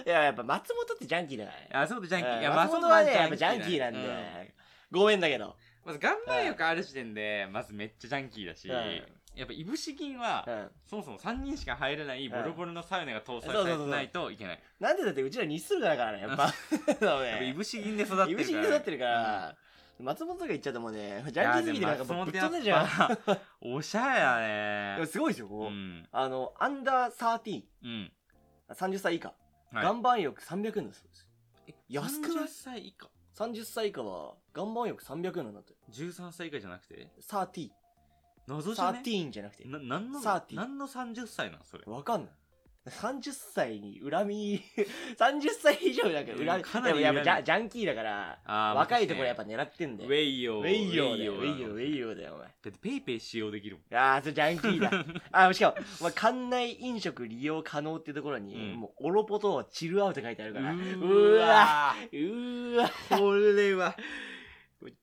S2: いややっぱ松本ってジャンキーだからね
S1: ん。あ、そうだ、ジャンキー。いや、
S2: うん
S1: まあ
S2: 松
S1: そ
S2: 本
S1: こ
S2: は
S1: は
S2: ねやっぱジ
S1: ジ
S2: ャ
S1: ャ
S2: ン
S1: ン
S2: キ
S1: キ
S2: ー
S1: ー
S2: な
S1: なんん
S2: で
S1: で、
S2: ごめんだけど
S1: うんまず岩盤浴ある時点で、まずめっちゃジャンキーだし、
S2: うん
S1: やっぱいぶし銀は、
S2: うん
S1: そもそも3人しか入れないボロボロのサウナが搭載
S2: うん
S1: されてないといけない。
S2: なんでだってうちら日数がだからねやっぱ そう
S1: やっぱい
S2: ね
S1: ぶし銀で育ってるか
S2: いぶ
S1: ら。
S2: しに育ってるから松本とか言っちゃうともうねジャンキーすぎてなんかもうぶっ飛んでるじゃん
S1: ん。おしゃれだ
S2: で
S1: ね。
S2: もすごいですよ
S1: う
S2: ここ
S1: ん。
S2: あのアンダー13
S1: うん。
S2: 30歳以下
S1: はい
S2: 岩盤浴300円だそうです安くない
S1: 30歳以下
S2: 30歳以下は岩盤浴300円なんだって
S1: ?13 歳以下じゃなくて
S2: 30
S1: 謎じゃね
S2: 13じゃなくて
S1: な、なんの、
S2: 30
S1: なんの30歳なんそれ。
S2: わかんない。30歳に恨み、30歳以上だけど恨み、
S1: かなり
S2: でもや
S1: 恨み
S2: っぱジャジャンキーだから、
S1: あー
S2: 若いところやっぱ
S1: ウ
S2: 狙ってんだよ。
S1: ェイヨー。
S2: ウェイヨーだよ、ウ
S1: ウ
S2: ェイヨー、ウ
S1: ェイ
S2: ェ
S1: ヨー。
S2: イヨーだよ、お前。
S1: だってペイペイ使用できるもん。
S2: ああ、それジャンキ ーだ。あーしかも、まあ、館内飲食利用可能ってところに、
S1: うん
S2: もう、オロポとチルアウト書いてあるから。う
S1: う
S2: ーわ
S1: わ
S2: うーわ
S1: ーこれは。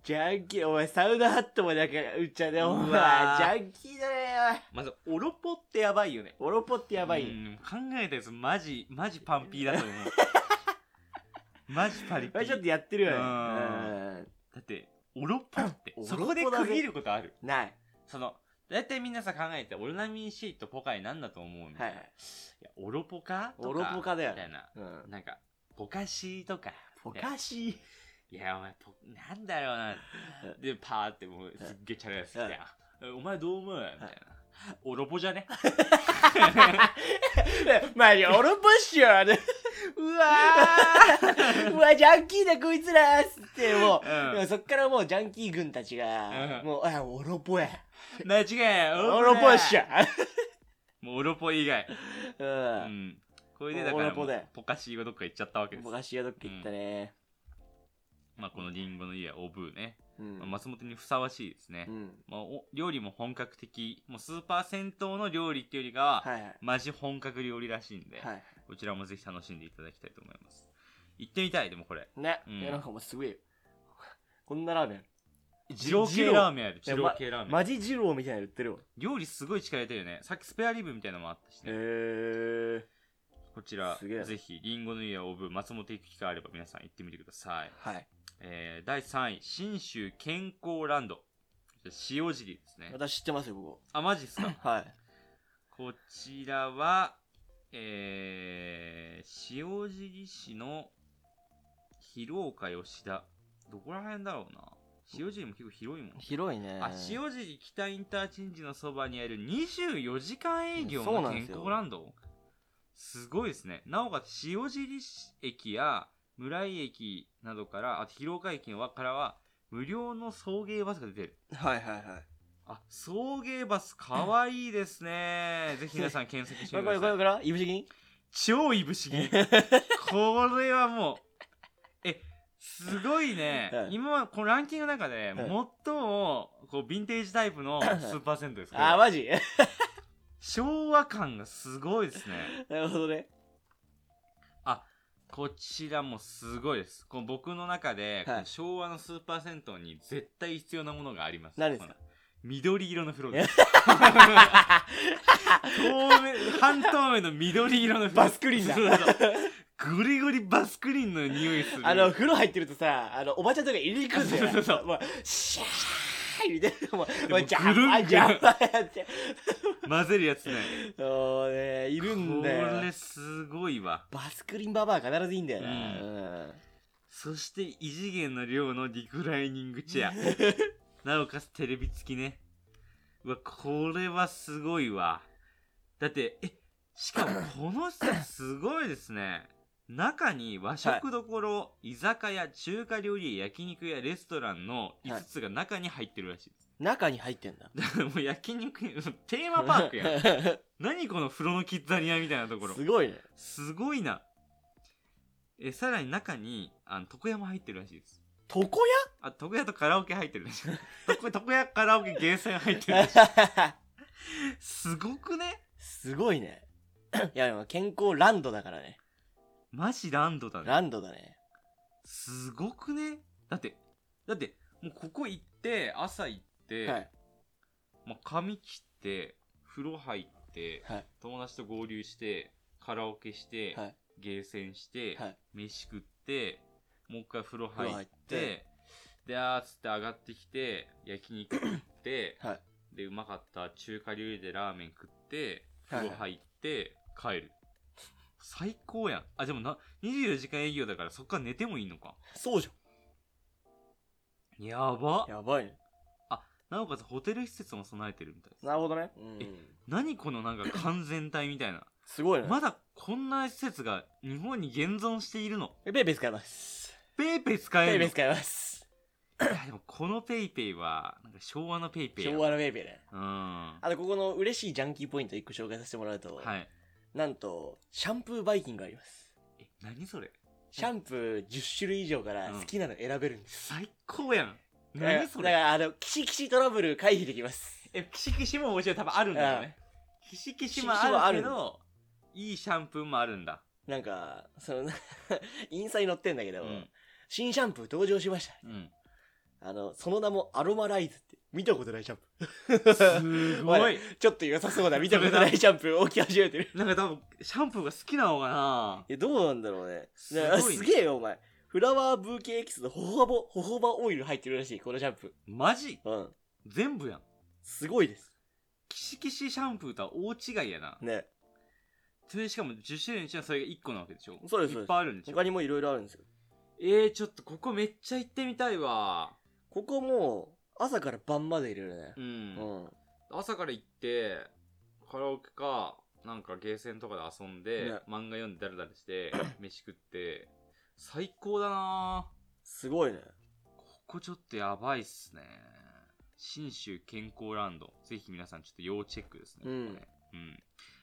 S2: ジャンキー、お前、サウナハットもなんか売っちゃうね、お前。
S1: う
S2: ジ
S1: わー
S2: ャンキーだね、
S1: まず、オロポってやばいよね。
S2: お前オロポってやばいよ。
S1: うん考えたやつマジマジパンピー だと思うマジパリ
S2: お
S1: ピ
S2: 前ちょっとやってるよね。
S1: うん
S2: うん
S1: だってオロポって
S2: オロポ
S1: そこで
S2: だ
S1: 区
S2: ぜ
S1: 切ることある
S2: ない。
S1: その大体みんなさ考えてオロナミン C とポカイなんだと思うみ
S2: は
S1: たい
S2: い
S1: な、
S2: は
S1: い
S2: い。
S1: やオロポカとか
S2: オロポカだよ
S1: みたいな
S2: うん。
S1: なんかポカシーとか
S2: おかしい。
S1: いやお前ポなんだろ うなでパーってもうすっげえチャラいやつ来てえお前どう思うみたいなオロポじゃね
S2: まあ、オロポッシュはね、
S1: うわ
S2: うわ、ジャンキーだ、こいつらっつって、もう、
S1: ー、
S2: でもそっからもうジャンキー軍たちが、
S1: うん
S2: もう、あ、オロポや。
S1: うん、間違え
S2: オロポッシ
S1: ゃ
S2: ュ。
S1: もうオロポ以外
S2: う。
S1: うんん。これでだか
S2: オ
S1: ら
S2: ロポで
S1: ポカシーがどっか行っちゃったわけです。
S2: 昔はどっか行ったね。
S1: まあこのリンゴの家はオブーね。
S2: うん
S1: まあ、松本にふさわしいですね
S2: う。ん。
S1: まあお料理も本格的。もうスーパー銭湯の料理っていうよりが、
S2: はいはい。
S1: マジ本格料理らしいんで、
S2: はい。
S1: こちらもぜひ楽しんでいただきたいと思います。行ってみたい、でもこれ。
S2: ね。
S1: うん
S2: いや、なんかもうすごいよ。こんなラーメン。
S1: 二郎系ラーメンある。
S2: いや
S1: 二郎系ラーメン。
S2: マジ二郎みたいなの売ってるわ。
S1: 料理すごい力入れてるよね。さっきスペアリブみたいなのもあったしね。
S2: へえ。
S1: こちら、
S2: すげえ
S1: ぜひ、リンゴの家はオブー、松本行く機会あれば皆さん行ってみてください。
S2: はい。
S1: えー第3位、信州健康ランド。塩尻ですね。
S2: 私知ってますよ、こ
S1: あ、マジっすか
S2: こ。はい。
S1: こちらは、えー、塩尻市の広岡吉田。どこら辺だろうな。塩尻も結構広いもん。
S2: 広いね。
S1: あ、塩尻北インターチェンジのそばにある24時間営業
S2: そうな
S1: の
S2: んです
S1: 健
S2: よ
S1: 康ランドすごいですね。なおかつ塩尻市駅や村井駅などから、あと広岡駅はからは無料の送迎バスが出てる。
S2: はいはいはい。
S1: あ、送迎バスかわいいですね。ぜひ皆さん検索して
S2: こ
S1: み
S2: れこ
S1: て
S2: れ
S1: く
S2: これ
S1: だ
S2: こ
S1: さい。
S2: れいぶし銀
S1: 超いぶし銀。これはもう、え、すごいね。
S2: はい
S1: 今はこのランキングの中で、
S2: はい
S1: 最もこうヴィンテージタイプのスーパーセントです。これは
S2: あー、マジ
S1: 昭和感がすごいですね。
S2: なるほどね。
S1: こちらもすごいです。この僕の中で、
S2: はい
S1: この昭和のスーパー銭湯に絶対必要なものがあります。
S2: 何ですか
S1: この緑色の風呂です。透明、半透明の緑色の風呂。
S2: バスクリーンだ
S1: そうそうそう。グリグリバスクリーンの匂いする。
S2: あの、風呂入ってるとさ、あの、おばちゃんとか入れに行くんだよ。
S1: そうそうそう
S2: もう、シャーみたいな。もう、
S1: で
S2: も
S1: も
S2: う、ジャ
S1: ぐるんぐ
S2: パ
S1: る
S2: ン、
S1: ん
S2: ジャパンやって。
S1: 混ぜるやつね。
S2: そうね、いるんだ
S1: こ
S2: よ
S1: れ。すごいわ。
S2: バスクリンババア必ずいいんだよな。
S1: う
S2: うん
S1: そして異次元の量のリクライニングチェア。なおかつテレビ付きね。うわ、これはすごいわ。だって、え、しかもこの人すごいですね。中に和食どころ、居酒屋、中華料理屋、焼肉やレストランの5つが中に入ってるらしいです。
S2: 中に入ってんだ。
S1: だからもう焼肉屋、テーマパーク やん。
S2: す
S1: 何この風呂のキッザニアみたいなところ。
S2: ごいね。
S1: すごいな。え、さらに中に、あの、床屋も入ってるらしいです。
S2: 床屋
S1: あ、床屋とカラオケ入ってるでしょ。床床屋カラオケゲーセン入ってるでしょ。すごくね
S2: すごいね。いや、でも健康ランドだからね。
S1: マジランドだね。
S2: ランドだね。
S1: すごくねだって、だって、もうここ行って、朝行って、
S2: はい。
S1: まあ、髪切って、風呂入って、
S2: はい。
S1: 友達と合流して、カラオケして、
S2: はい
S1: ゲーセンして、
S2: はい
S1: 飯食って、もう一回風呂
S2: 風
S1: 入
S2: 呂
S1: っ
S2: 入って
S1: て、で、あーっつって上がってきて、焼肉食って、
S2: はい。
S1: で、うまかった中華料理でラーメン食って、
S2: はい
S1: 風呂入って、帰る。最高やん。あ、でもな、24時間営業だからそっから寝てもいいのか。
S2: そうじ
S1: やば
S2: ゃん。。やばいね。
S1: なおかつホテル施設も備えてるみたいです。
S2: なるほどね。う
S1: え
S2: ん。
S1: 何このなんか完全体みたいな。
S2: すごいね。
S1: まだこんな施設が日本に現存しているの。
S2: ペイペイ使います。
S1: ペイペイ使え
S2: ペイ
S1: るの
S2: ペイ使います。
S1: いやでもこのペイペイは、なんか昭和のペイペイや
S2: 昭和のペイペイね。
S1: うん。
S2: あと、ここの嬉しいジャンキーポイント1個紹介させてもらうと、
S1: はい。
S2: なんと、シャンプーバイキングあります。
S1: え、何それ
S2: シャンプー10種類以上から好きなの選べるんです。
S1: 最高やん。
S2: だから
S1: 何そ
S2: だか
S1: れ
S2: ら、あの、キシキシトラブル回避できます。
S1: え、キシキシももちろん多分あるんだよね。キシキシもあるけど、いいシャンプーもあるんだ。
S2: なんか、その、 インスタに載ってんだけ
S1: う
S2: ど、
S1: ん。
S2: 新シャンプー登場しました。
S1: うん。
S2: あの、その名もアロマライズって。見たことないシャンプー。
S1: す
S2: ごい
S1: ごい。
S2: ちょっと良さそうだ。見たことないシャンプー起き始 めてる。
S1: なんか多分、シャンプーが好きなのかな
S2: え、どうなんだろうね。
S1: すごいね
S2: なすげえよ、お前。フラワーブーケーエキスのホホバ、ホホバオイル入ってるらしい、このシャンプ
S1: マジ
S2: ー。うん。
S1: 全部やん。
S2: すごいです。
S1: キシキシシャンプーとは大違いやな。
S2: ね。
S1: それしかも10種類のうちのそれが1個なわけでしょ
S2: そうですそ
S1: い
S2: うです
S1: っぱいあるんでしょ
S2: 他にもいろいろあるんですよ。
S1: えー、ちょっとここめっちゃ行ってみたいわ。
S2: ここもう、朝から晩までいれるね
S1: う。。
S2: うんん。
S1: 朝から行って、カラオケか、なんかゲーセンとかで遊んで、
S2: ね
S1: 漫画読んでダラダラして、 飯食って、最高だな
S2: すごいね。
S1: ここちょっとやばいっすね。信州健康ランド。ぜひ皆さんちょっと要チェックですね。
S2: うん
S1: ここねうん。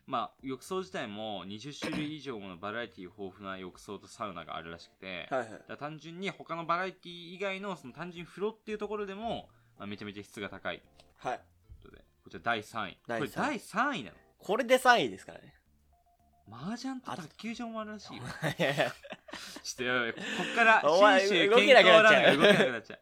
S1: まあ、浴槽自体も20種類以上ものバラエティ豊富な浴槽とサウナがあるらしくて、
S2: はいはい。
S1: だから単純に他のバラエティ以外のその単純に風呂っていうところでも、まあ、めちゃめちゃ質が高いと
S2: は
S1: い
S2: い。
S1: うことでこちら第3位こ
S2: 第三位
S1: れ第3位なの
S2: これで3位ですからね。
S1: 麻雀と卓球場もあるらしいよ
S2: いやい
S1: ち
S2: や
S1: ょっとやばいこっから
S2: お前
S1: 信州
S2: 動けな
S1: 健
S2: くな
S1: 康
S2: っち
S1: ラ
S2: ゃ
S1: ン
S2: う
S1: ドが動けなくなっちゃう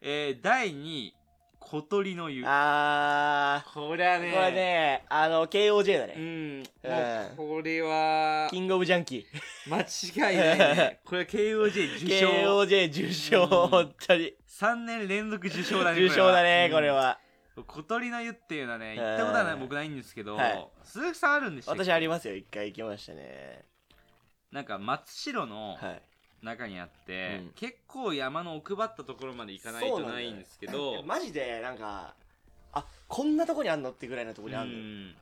S1: えー、第2位小鳥の湯
S2: あ
S1: これは
S2: ー、
S1: ね
S2: これね、あの、KOJ だ
S1: う
S2: ね。
S1: ん
S2: うん
S1: もうこれは
S2: キングオブジャンキ
S1: 間違いないね これは KOJ
S2: ー。
S1: 受賞
S2: KOJ 受賞、
S1: うん
S2: 本当に。
S1: 3年連続受賞だねこれ
S2: 受
S1: は
S2: 賞だね、
S1: うん
S2: これは。
S1: 小鳥の湯っていうのはね
S2: ん
S1: 行ったことはない僕ないんですけど、
S2: はい
S1: 鈴木さんあるんでしたっけ
S2: 私ありますよ、一回行きましたね。
S1: なんか松代の
S2: はい。
S1: 中にあって、
S2: うん
S1: 結構山の奥ばったところまで行かない
S2: そ
S1: と
S2: うなんだよ
S1: な
S2: ね
S1: いんですけ
S2: い や
S1: ど
S2: マジで、なんか、あ、こんなとこにあんのってぐらいのとこにあんのよ。
S1: うん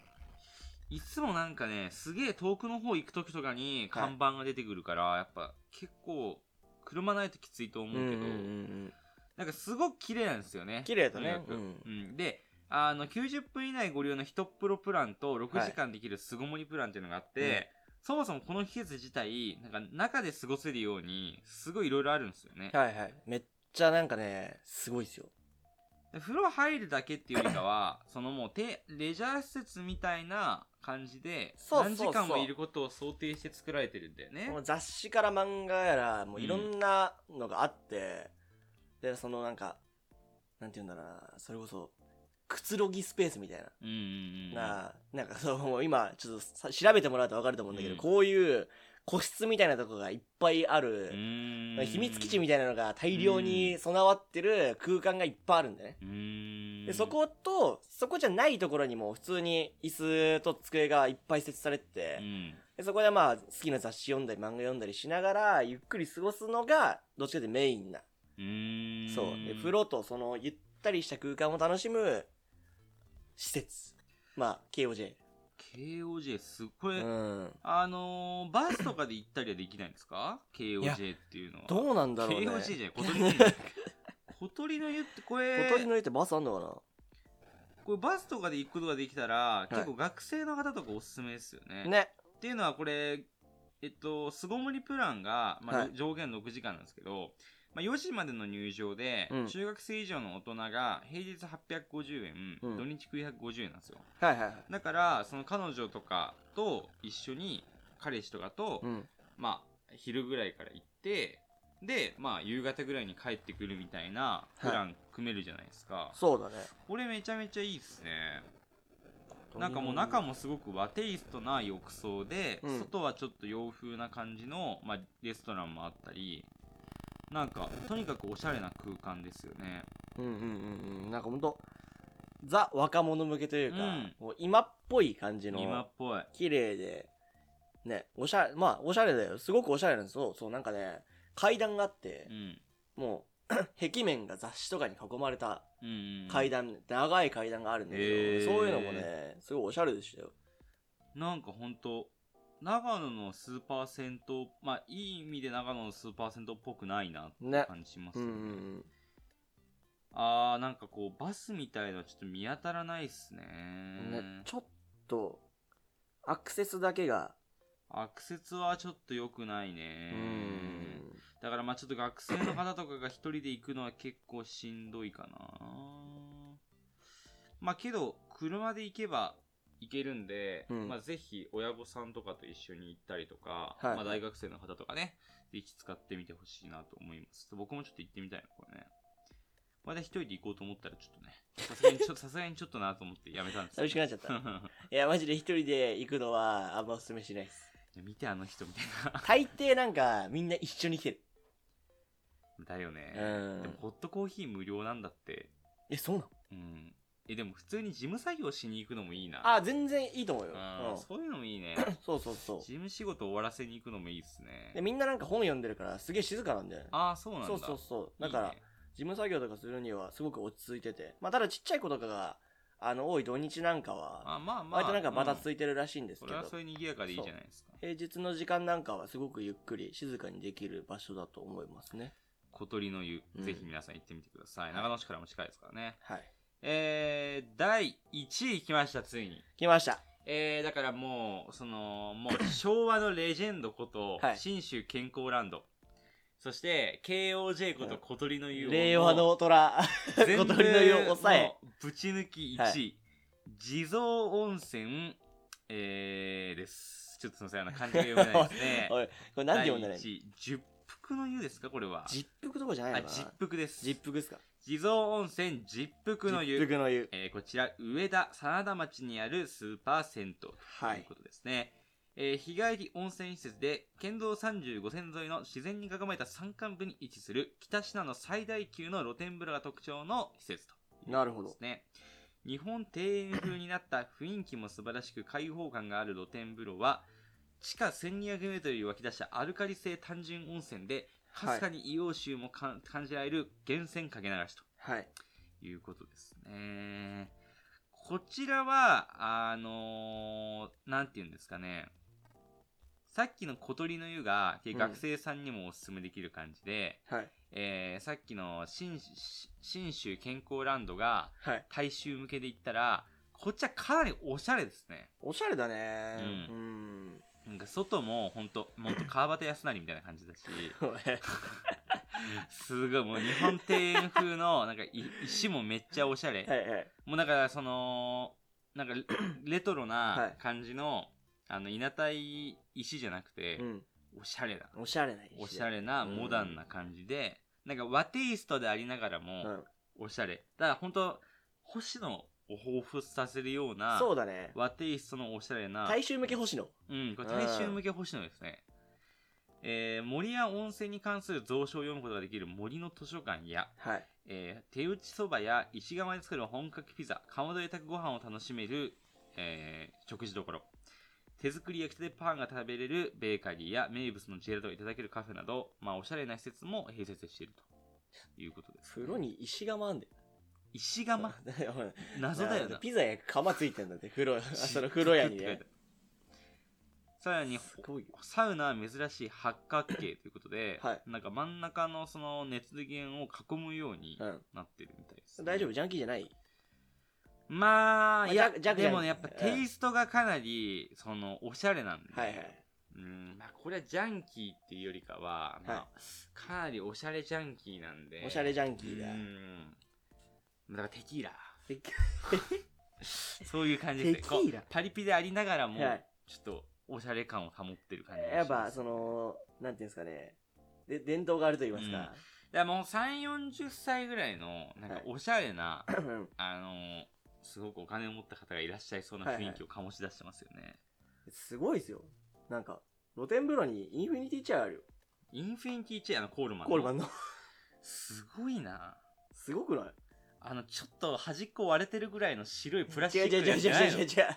S1: いつもなんかねすげえ遠くの方行く時とかに看板が出てくるから、やっぱ結構車ないときついと思うけど、
S2: うんうんうん
S1: なんかすごく綺麗なんですよね
S2: 綺麗だね
S1: とにかく
S2: う
S1: うんであの90分以内ご利用の1プロプランと6
S2: はい
S1: 時間できる巣ごもりプランっていうのがあって、
S2: うん
S1: そもそもこの季節自体なんか中で過ごせるようにすごいいろいろあるんですよね、
S2: はいはい。めっちゃなんかね、すごいですよ。
S1: で風呂入るだけっていうよりかは そのもうてレジャー施設みたいな感じで
S2: そうそう
S1: 何
S2: そ
S1: 時
S2: う
S1: 間もいることを想定して作られてるんだよね
S2: もう雑誌から漫画やら、もういろんなのがあって、で、そのなんか、なんて言うんだろうな、それこそ、くつろぎスペースみたいな。
S1: うんうんうん
S2: なあなんかそう、もう今、ちょっとさ調べてもらうとわかると思うんだけど、
S1: うん
S2: こういう個室みたいなとこがいっぱいあ
S1: う
S2: る、
S1: ーん
S2: 秘密基地みたいなのが大量に備わってる空間がいっぱいあるんだね。
S1: うーん
S2: でそこと、そこじゃないところにも普通に椅子と机がいっぱい設置されてて、
S1: うん
S2: でそこでまあ好きな雑誌読んだり漫画読んだりしながらゆっくり過ごすのがどっちかというとメインな、
S1: うーん
S2: そうで風呂とそのゆったりした空間を楽しむ施設まあ KOJ
S1: KOJ すこ
S2: う
S1: れ、
S2: ん
S1: あのー、バスとかで行ったりはできないんですか ?KOJ
S2: や
S1: っていうのは。
S2: どうなんだろうね
S1: ?KOJ じゃない、小鳥の湯。小鳥の湯ってこれ
S2: 小、鳥の湯ってバスあんのかな
S1: これバスとかで行くことができたら、
S2: い
S1: 結構学生の方とかおすすめですよね。
S2: ね
S1: っていうのはこれ、えっと、巣ごもりプランが、まあ
S2: はい
S1: 上限6時間なんですけど、まあ、4時までの入場で、
S2: うん
S1: 中学生以上の大人が平日850円、
S2: うん
S1: 土日950円なんですよ
S2: はいはいはい。
S1: だからその彼女とかと一緒に彼氏とかと、
S2: うん。
S1: まあ昼ぐらいから行ってでまあ夕方ぐらいに帰ってくるみたいなプラン組めるじゃないですか、
S2: そうだね。
S1: これめちゃめちゃいいっすねなんかもう中もすごく和テイストな浴槽で、
S2: うん
S1: 外はちょっと洋風な感じの、まあ、レストランもあったりなんかとにかくおしゃれな空間ですよね
S2: うんうんうんうん。なんかほんと、ザ若者向けというか、
S1: うん
S2: もう今っぽい感じ
S1: 今
S2: の
S1: っ、ぽい
S2: 綺麗で、ね、おしゃれ、まあおしゃれだよ。すごくおしゃれなんですそうそう、なんかね、階段があって
S1: う、ん
S2: もう、 壁面が雑誌とかに囲まれた
S1: うんうん
S2: 階段、長い階段があるんだけど、
S1: へー
S2: そういうのもね、すごいおしゃれでしたよ。
S1: なんかほんと長野のスーパー銭湯まあいい意味で長野のスーパー銭湯っぽくないなって
S2: ね。
S1: 感じします
S2: うん
S1: よ
S2: う
S1: ね、
S2: んうん。
S1: あーなんかこうバスみたいのちょっと見当たらないっすね
S2: ね、ちょっと、アクセスだけが、
S1: アクセスはちょっと良くないね
S2: うん
S1: だからまあちょっと学生の方とかが一人で行くのは結構しんどいかなまあけど車で行けば行けるんで、
S2: うん
S1: まあぜひ親御さんとかと一緒に行ったりとか、
S2: はい
S1: まあ大学生の方とかねぜひ使ってみてほしいなと思います僕もちょっと行ってみたいなこれねまだ一人で行こうと思ったらちょっとねさすが にちょっとさすがにちょっとなと思ってやめたんですけど
S2: 寂しくなっちゃ った。いや、マジで一人で行くのは、あんまおすすめしないです。
S1: 見てあの人みたいな
S2: 大抵なんか、みんな一緒に来てる。
S1: だよね、
S2: うん
S1: でもホットコーヒー無料なんだって
S2: え、そうなの
S1: うん。え、でも普通に事務作業しに行くのもいいな。
S2: あ、全然いいと思うよ。
S1: うん、
S2: うん
S1: そういうのもいいね。
S2: そうそうそ
S1: 事務仕事終わらせに行くのもいいですね
S2: う。で、。みんななんか本読んでるから、すげえ静かなんだよね。
S1: ああ、そうなんだ。
S2: そうそうそう。だから、
S1: いいね
S2: 事務作業とかするには、すごく落ち着いてて。まあ、ただちっちゃい子とかが、あの、多い土日なんかは、
S1: あまあまあ。
S2: 割となんかバタ
S1: い
S2: ついてるらしいんです
S1: そ
S2: け
S1: れ
S2: ど、
S1: はそれにぎやかでいいじゃないですか。
S2: 平日の時間なんかはすごくゆっくり、静かにできる場所だと思いますね。
S1: 小鳥の湯、
S2: うん
S1: ぜひ皆さん行ってみてください。長野市からも近いですからね。
S2: はい。
S1: えー、第1位来ました、ついに。
S2: 来ました。
S1: えー、だからもう、その、もう昭和のレジェンドこと、
S2: はい
S1: 新州健康ランド。そして、KOJ こと小鳥の湯を
S2: 令和の虎。
S1: 全部
S2: 小鳥の湯を抑え
S1: もうぶち抜き1位、
S2: はい
S1: 地蔵温泉、えー、ですちょっとすみませんあの漢字が読めないですね
S2: おい、これなんて呼んだらいい
S1: 第一
S2: の
S1: 位十福の湯ですかこれは
S2: 実服とかじゃない
S1: あ
S2: のか
S1: 十
S2: な
S1: 福です
S2: 実服ですか
S1: 地蔵温泉十福の湯
S2: 実服の湯。
S1: えーこちら上田真田町にあるスーパー銭湯と
S2: は
S1: いう
S2: い
S1: こ。とですね、えー日帰り温泉施設で県道35線沿いの自然に囲まれた山間部に位置する北信濃最大級の露天風呂が特徴の施設と
S2: なるほ
S1: で
S2: ど
S1: す。ね日本庭園風になった雰囲気も素晴らしく開放感がある露天風呂は地下 1200m に湧き出したアルカリ性単純温泉でかすかに硫黄臭もかん感じられる源泉かけ流しと
S2: はい。
S1: いうことですね。こちらは、あのーなんて言うんですかね。さっきの小鳥の湯が、
S2: ん
S1: 学生さんにもおすすめできる感じで、
S2: はい。
S1: えーさっきの新し新州健康ランドが
S2: はい。
S1: 大衆向けで言ったら、こっちはかなりおしゃれですね。
S2: おしゃれだね。
S1: う
S2: うん。
S1: なんか外もほんと、ほんと川端康成みたいな感じだし、 すごいもう日本庭園風の、なんかい石もめっちゃおしゃれ。
S2: はいはい。
S1: もうだからそのなん かレレトロな感じの、あの稲体石じゃなくて、
S2: うん。
S1: おしゃれな
S2: おしゃれな石だ
S1: おしゃ。れな
S2: うん
S1: モダンな感じで、なんか和テイストでありながらも、
S2: うん。
S1: おしゃれだから本当星野を彷彿させるような
S2: そうだね。
S1: 和テイストのおしゃれな
S2: 大衆向け星野。
S1: うん、これ大衆向け星野ですね。えー森や温泉に関する蔵書を読むことができる森の図書館や、
S2: はい。
S1: えー手打ちそばや石窯で作る本格ピザ、かまどで炊くご飯を楽しめる、えー食事どころ。手作り焼きたてパンが食べれるベーカリーや名物のジェラートがいただけるカフェなど、まあ、おしゃれな施設も併設しているということです、
S2: 風呂に石窯あんだよ。
S1: 石 窯謎だよな。
S2: ピザや窯ついてんだって、 風呂、その風呂屋に
S1: って書い
S2: ね
S1: て。あるさらに、
S2: すごいよ。
S1: サウナは珍しい八角形ということで、
S2: はい
S1: なんか真ん中のその熱源を囲むように
S2: うん。
S1: なってるみたいです、
S2: 大丈夫ジャンキーじゃない
S1: まあ、
S2: まあ
S1: いや、
S2: 弱弱じゃ
S1: でもね、
S2: ない
S1: やっぱテイストがかなり、その、おしゃれなんで、
S2: はいはい。
S1: うん、まあこれはジャンキーっていうよりかは、まあ、かなりおしゃれジャンキーなんで。
S2: おしゃれジャンキ
S1: キ
S2: ーだ。
S1: うん。だからテキーラ。
S2: テキ
S1: そういう感じですね。
S2: テキーラ
S1: こうパリピでありながらも、
S2: はい
S1: ちょっとおしゃれ感を保ってる感じがし
S2: やっ
S1: ま
S2: ぱ、
S1: す
S2: その、なんていうんですかね。で、伝統があると言いますか。
S1: だからもう3、40歳ぐらいの、なん
S2: は
S1: か
S2: い
S1: おしゃれな、
S2: うん
S1: あのーすごくお金を持った方がいらっしゃいそうな雰囲気を醸し出してますよね。
S2: すごいですよ。なんか、露天風呂にインフィニティチェアあるよ。
S1: インフィニティチェアのコールマンの。
S2: コールマンの。
S1: すごいな。
S2: すごくない
S1: あの、ちょっと端っこ割れてるぐらいの白いプラスチ
S2: 違う
S1: ック
S2: 違う違う
S1: やつじゃない
S2: 違う違う違
S1: の
S2: う。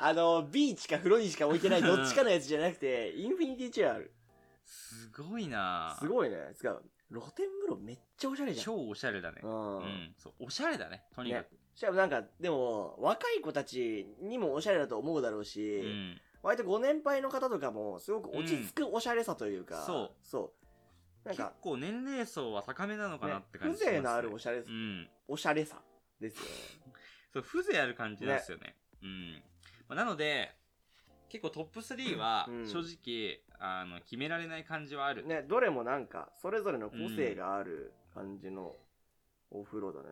S2: あの、ビーチか風呂にしか置いてないどっちかのやつじゃなくて、インフィニティチェアある。
S1: すごいな。
S2: すごいね。つか、露天風呂めっちゃおしゃれじゃん。
S1: 超おしゃれだね。
S2: う。
S1: うんん。そう、おしゃれだね。とにかく。
S2: しかもなんか、でも、若い子たちにもおしゃれだと思うだろうし、
S1: うん。
S2: 割とご年配の方とかも、すごく落ち着くおしゃれさというか、
S1: うんそう
S2: そう。なん
S1: 結
S2: か、
S1: 構年齢層は高めなのかなって感
S2: ね
S1: じします、
S2: 風
S1: ね。
S2: 情のあるおしゃれ、
S1: うん。
S2: おしゃれさですよ。
S1: そう、風情ある感じなんですよね。うん。まあ、なので、結構トップ3は
S2: うん、
S1: 正直、あの、決められない感じはある。
S2: ね、どれもなんか、それぞれの個性がある感じのお風呂だね。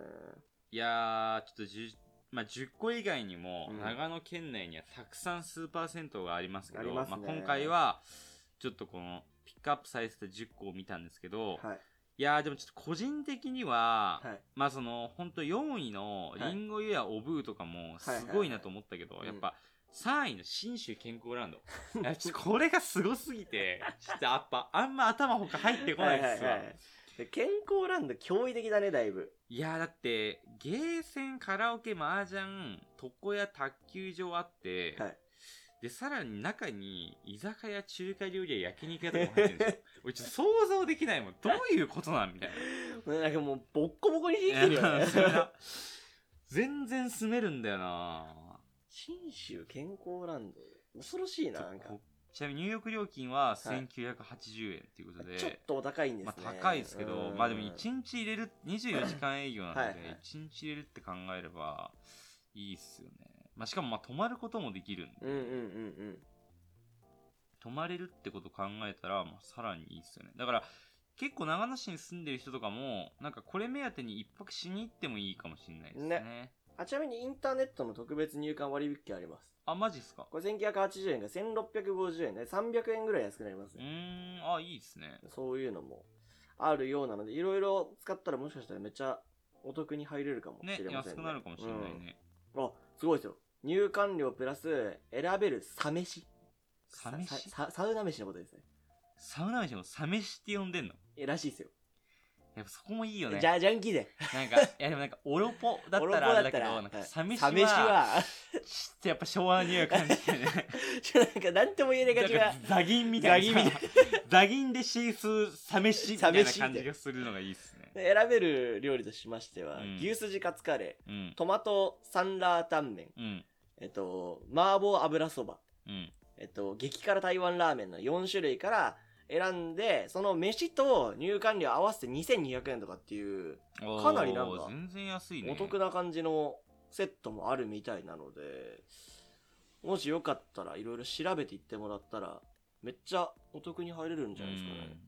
S1: いやー、ちょっとじゅ、まあ、10個以外にも、
S2: うん
S1: 長野県内にはたくさんスーパー銭湯がありますけ
S2: あ
S1: ど、
S2: りますね
S1: あ、今回は、ちょっとこの、ピックアップされてた10個を見たんですけど、い、
S2: はい。
S1: やー、でもちょっと個人的には、
S2: はい。
S1: まあその、ほんと4位の、
S2: はい
S1: リンゴ湯やオブーとかも、すごいなと思ったけど、
S2: はいはい
S1: やっぱ、3位の新州健康ランド。 いやちょっとこれがすごすぎて、ちょっとやっぱ、あんま頭ほか入ってこないですわ。
S2: はいはいはいで健康ランド驚異的だね、だいぶ。
S1: いやーだって、ゲーセン、カラオケ、麻雀、床屋、卓球場あって、
S2: はい
S1: で、さらに中に、居酒屋、中華料理屋、焼肉屋とかも入ってるんです よ。俺ちょっと想像できないもん。どういうことなんみたいな。
S2: ねなんか もう、ボッコボコにできてるよね。
S1: いや全然住めるんだよな
S2: 信州健康ランド。恐ろしいな、なんか。
S1: こちなみに入浴料金は1980
S2: い
S1: 円ということで、
S2: ちょっとお高いんです
S1: ま
S2: ね。
S1: あ、高いですけど、まあでも
S2: うん
S1: 1日入れる、24時間営業なので、
S2: はいはい
S1: 1日入れるって考えれば、いいっすよね。まあしかもまあ泊まることもできるんで、
S2: うんうんうん
S1: 泊まれるってこと考えたら、まあさらにいいっすよね。だから、結構長野市に住んでる人とかも、なんかこれ目当てに一泊しに行ってもいいかもしれないですね。
S2: うん。あ、ちなみにインターネットの特別入館割引券あります。
S1: あ、マジっすか
S2: これ1980円が1650円で300円ぐらい安くなります
S1: う
S2: ね。
S1: ーん、あ、いいっすね。
S2: そういうのもあるようなので、いろいろ使ったらもしかしたらめっちゃお得に入れるかもしれま
S1: ね
S2: せん、ね。
S1: 安くなるかもしれないね。
S2: うん。あ、すごいですよ。入館料プラス選べるサ飯。
S1: サ飯
S2: ささサウナ飯のことですね。
S1: サウナ飯もサ飯って呼んでんの
S2: え、らしいですよ。
S1: やっぱそこもいいよね。
S2: じゃ、ジャンキーで。
S1: なんか、いやでもなんか、オロポだったらあれだけど、
S2: オロポ
S1: なん
S2: だった
S1: からサ飯
S2: サ飯
S1: は、
S2: は、
S1: ちょっとやっぱ昭和の匂いを感じてね。
S2: ちょなんかなんとも言えない
S1: な
S2: 感
S1: ん
S2: じが
S1: か。ザギンみたいな。
S2: ザギンみ
S1: ザギンでシースーサ飯みたいな感じがするのがいいっすね。
S2: 選べる料理としましては、
S1: うん
S2: 牛すじカツカレ
S1: うん
S2: ー、。トマトサンラータンメン、
S1: うん。
S2: えっと、麻婆油そば、
S1: うん。
S2: えっと、激辛台湾ラーメンの4種類から選んで、その飯と入館料合わせて2200円とかっていう、
S1: おー
S2: かなりなんか
S1: 全然安いね。
S2: お得な感じのセットもあるみたいなので、もしよかったらいろいろ調べていってもらったら、めっちゃお得に入れるんじゃないですかね。
S1: うん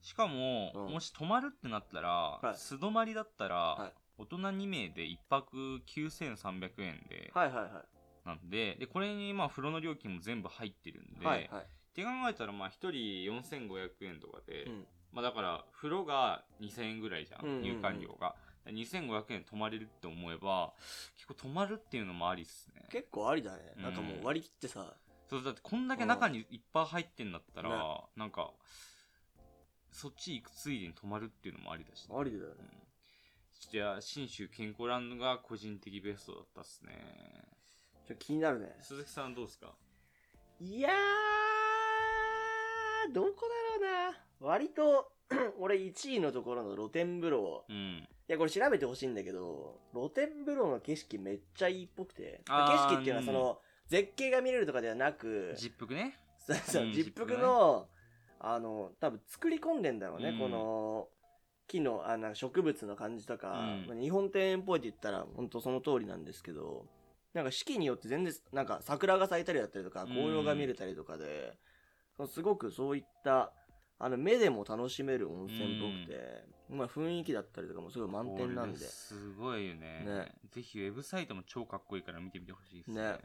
S1: しかも、
S2: うん
S1: もし泊まるってなったら、
S2: はい
S1: 素泊まりだったら、
S2: は
S1: 大人2名で1泊9300円で、
S2: はいはいは
S1: なんででこれにまあ風呂の料金も全部入ってるん
S2: い。
S1: で、
S2: はいはい。
S1: って考えたらまあ1人4500円とかで、
S2: うん
S1: まあ、だから風呂が2000円ぐらいじゃん,、
S2: うんうんうん
S1: 入館料が2500円泊まれるって思えば結構泊まるっていうのもありっすね
S2: 結構ありだね。なんかもう割り切ってさ、
S1: そうだってこんだけ中にいっぱい入ってんだったら、
S2: ね
S1: なんかそっち行くついでに泊まるっていうのもありだしね、
S2: ありだよね
S1: うんじゃあ信州健康ランドが個人的ベストだったっすね
S2: ちょっと気になるね。
S1: 鈴木さんどうっすか
S2: いやー、どこだろうな。割と、 俺1位のところの露天風呂。
S1: うん
S2: いや、これ調べてほしいんだけど、露天風呂の景色めっちゃいいっぽくて。景
S1: あー
S2: 色っていうのはその、絶景が見れるとかではなく、
S1: ジップクね
S2: そうそう
S1: うん
S2: ジップクの、あの、多分作り込んでんだろうね、
S1: うん
S2: この、木の、あなんか植物の感じとか、
S1: うん
S2: まあ日本庭園っぽいって言ったら、本当その通りなんですけど、なんか四季によって全然、なんか桜が咲いたりだったりとか、
S1: ん
S2: 紅葉が見れたりとかで、すごくそういったあの目でも楽しめる温泉っぽくて、まあ、雰囲気だったりとかもすごい満点なん
S1: こ
S2: で
S1: れすごいよね
S2: ね
S1: ぜひウェブサイトも超かっこいいから見てみてほしいですね
S2: ね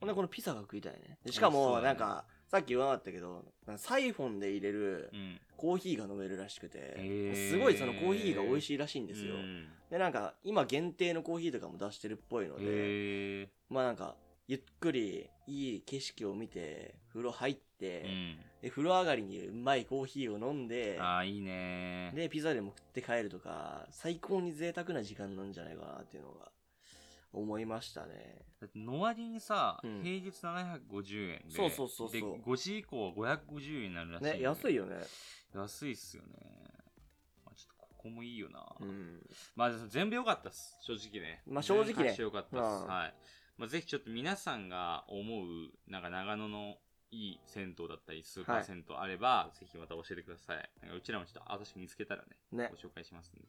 S2: ほんでこのピザが食いたいねでしか
S1: そう
S2: も
S1: だね
S2: なんかさっき言わなかったけどサイフォンで入れる
S1: うん
S2: コーヒーが飲めるらしくて、
S1: ー
S2: すごいそのコーヒーが美味しいらしいんですよ、
S1: うん
S2: でなんか今限定のコーヒーとかも出してるっぽいので、
S1: へえ
S2: まあなんかゆっくりいい景色を見て風呂入って、
S1: うん
S2: で風呂上がりにうまいコーヒーを飲んで
S1: ああいいね
S2: でピザでも食って帰るとか最高に贅沢な時間なんじゃないかなっていうのが思いましたね
S1: だっての割にさ、
S2: うん
S1: 平日750円で
S2: そうそうそうそう
S1: で5時以降は550円になるらしいんで、
S2: ね安いよね
S1: 安いっすよね、まあ、ちょっとここもいいよな、
S2: うん
S1: まあでも全部良かったっす正直ね
S2: まあ正直ね
S1: 全部良かったっす、
S2: うん
S1: はい、まあ、ぜひちょっと皆さんが思うなんか長野のいい銭湯だったりスーパー銭湯あれば、ぜひまた教えてくださいなんかうちらもちょっと私見つけたらね
S2: ね
S1: ご紹介しますんで。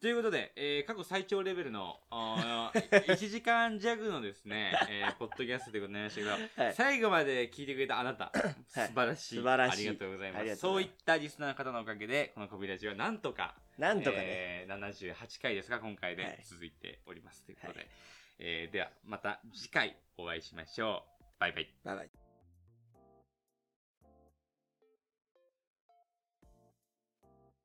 S1: ということで、えー過去最長レベルの、あー 1時間弱のですね、えーポッドキャストでございましたけど、
S2: はい
S1: 最後まで聞いてくれたあなた、素晴らしい。
S2: 素晴らしい
S1: ありがとうございま
S2: あり
S1: す。
S2: がとうご
S1: そうい
S2: ざい
S1: っ
S2: ます
S1: たリスナーの方のおかげで、このコビラジはなんとか、
S2: なんとかね、
S1: えー78回ですが、今回
S2: は
S1: で
S2: い
S1: 続いております。ということで、
S2: はい
S1: えーではまた次回お会いしましょう。バイバイ。
S2: バイバイ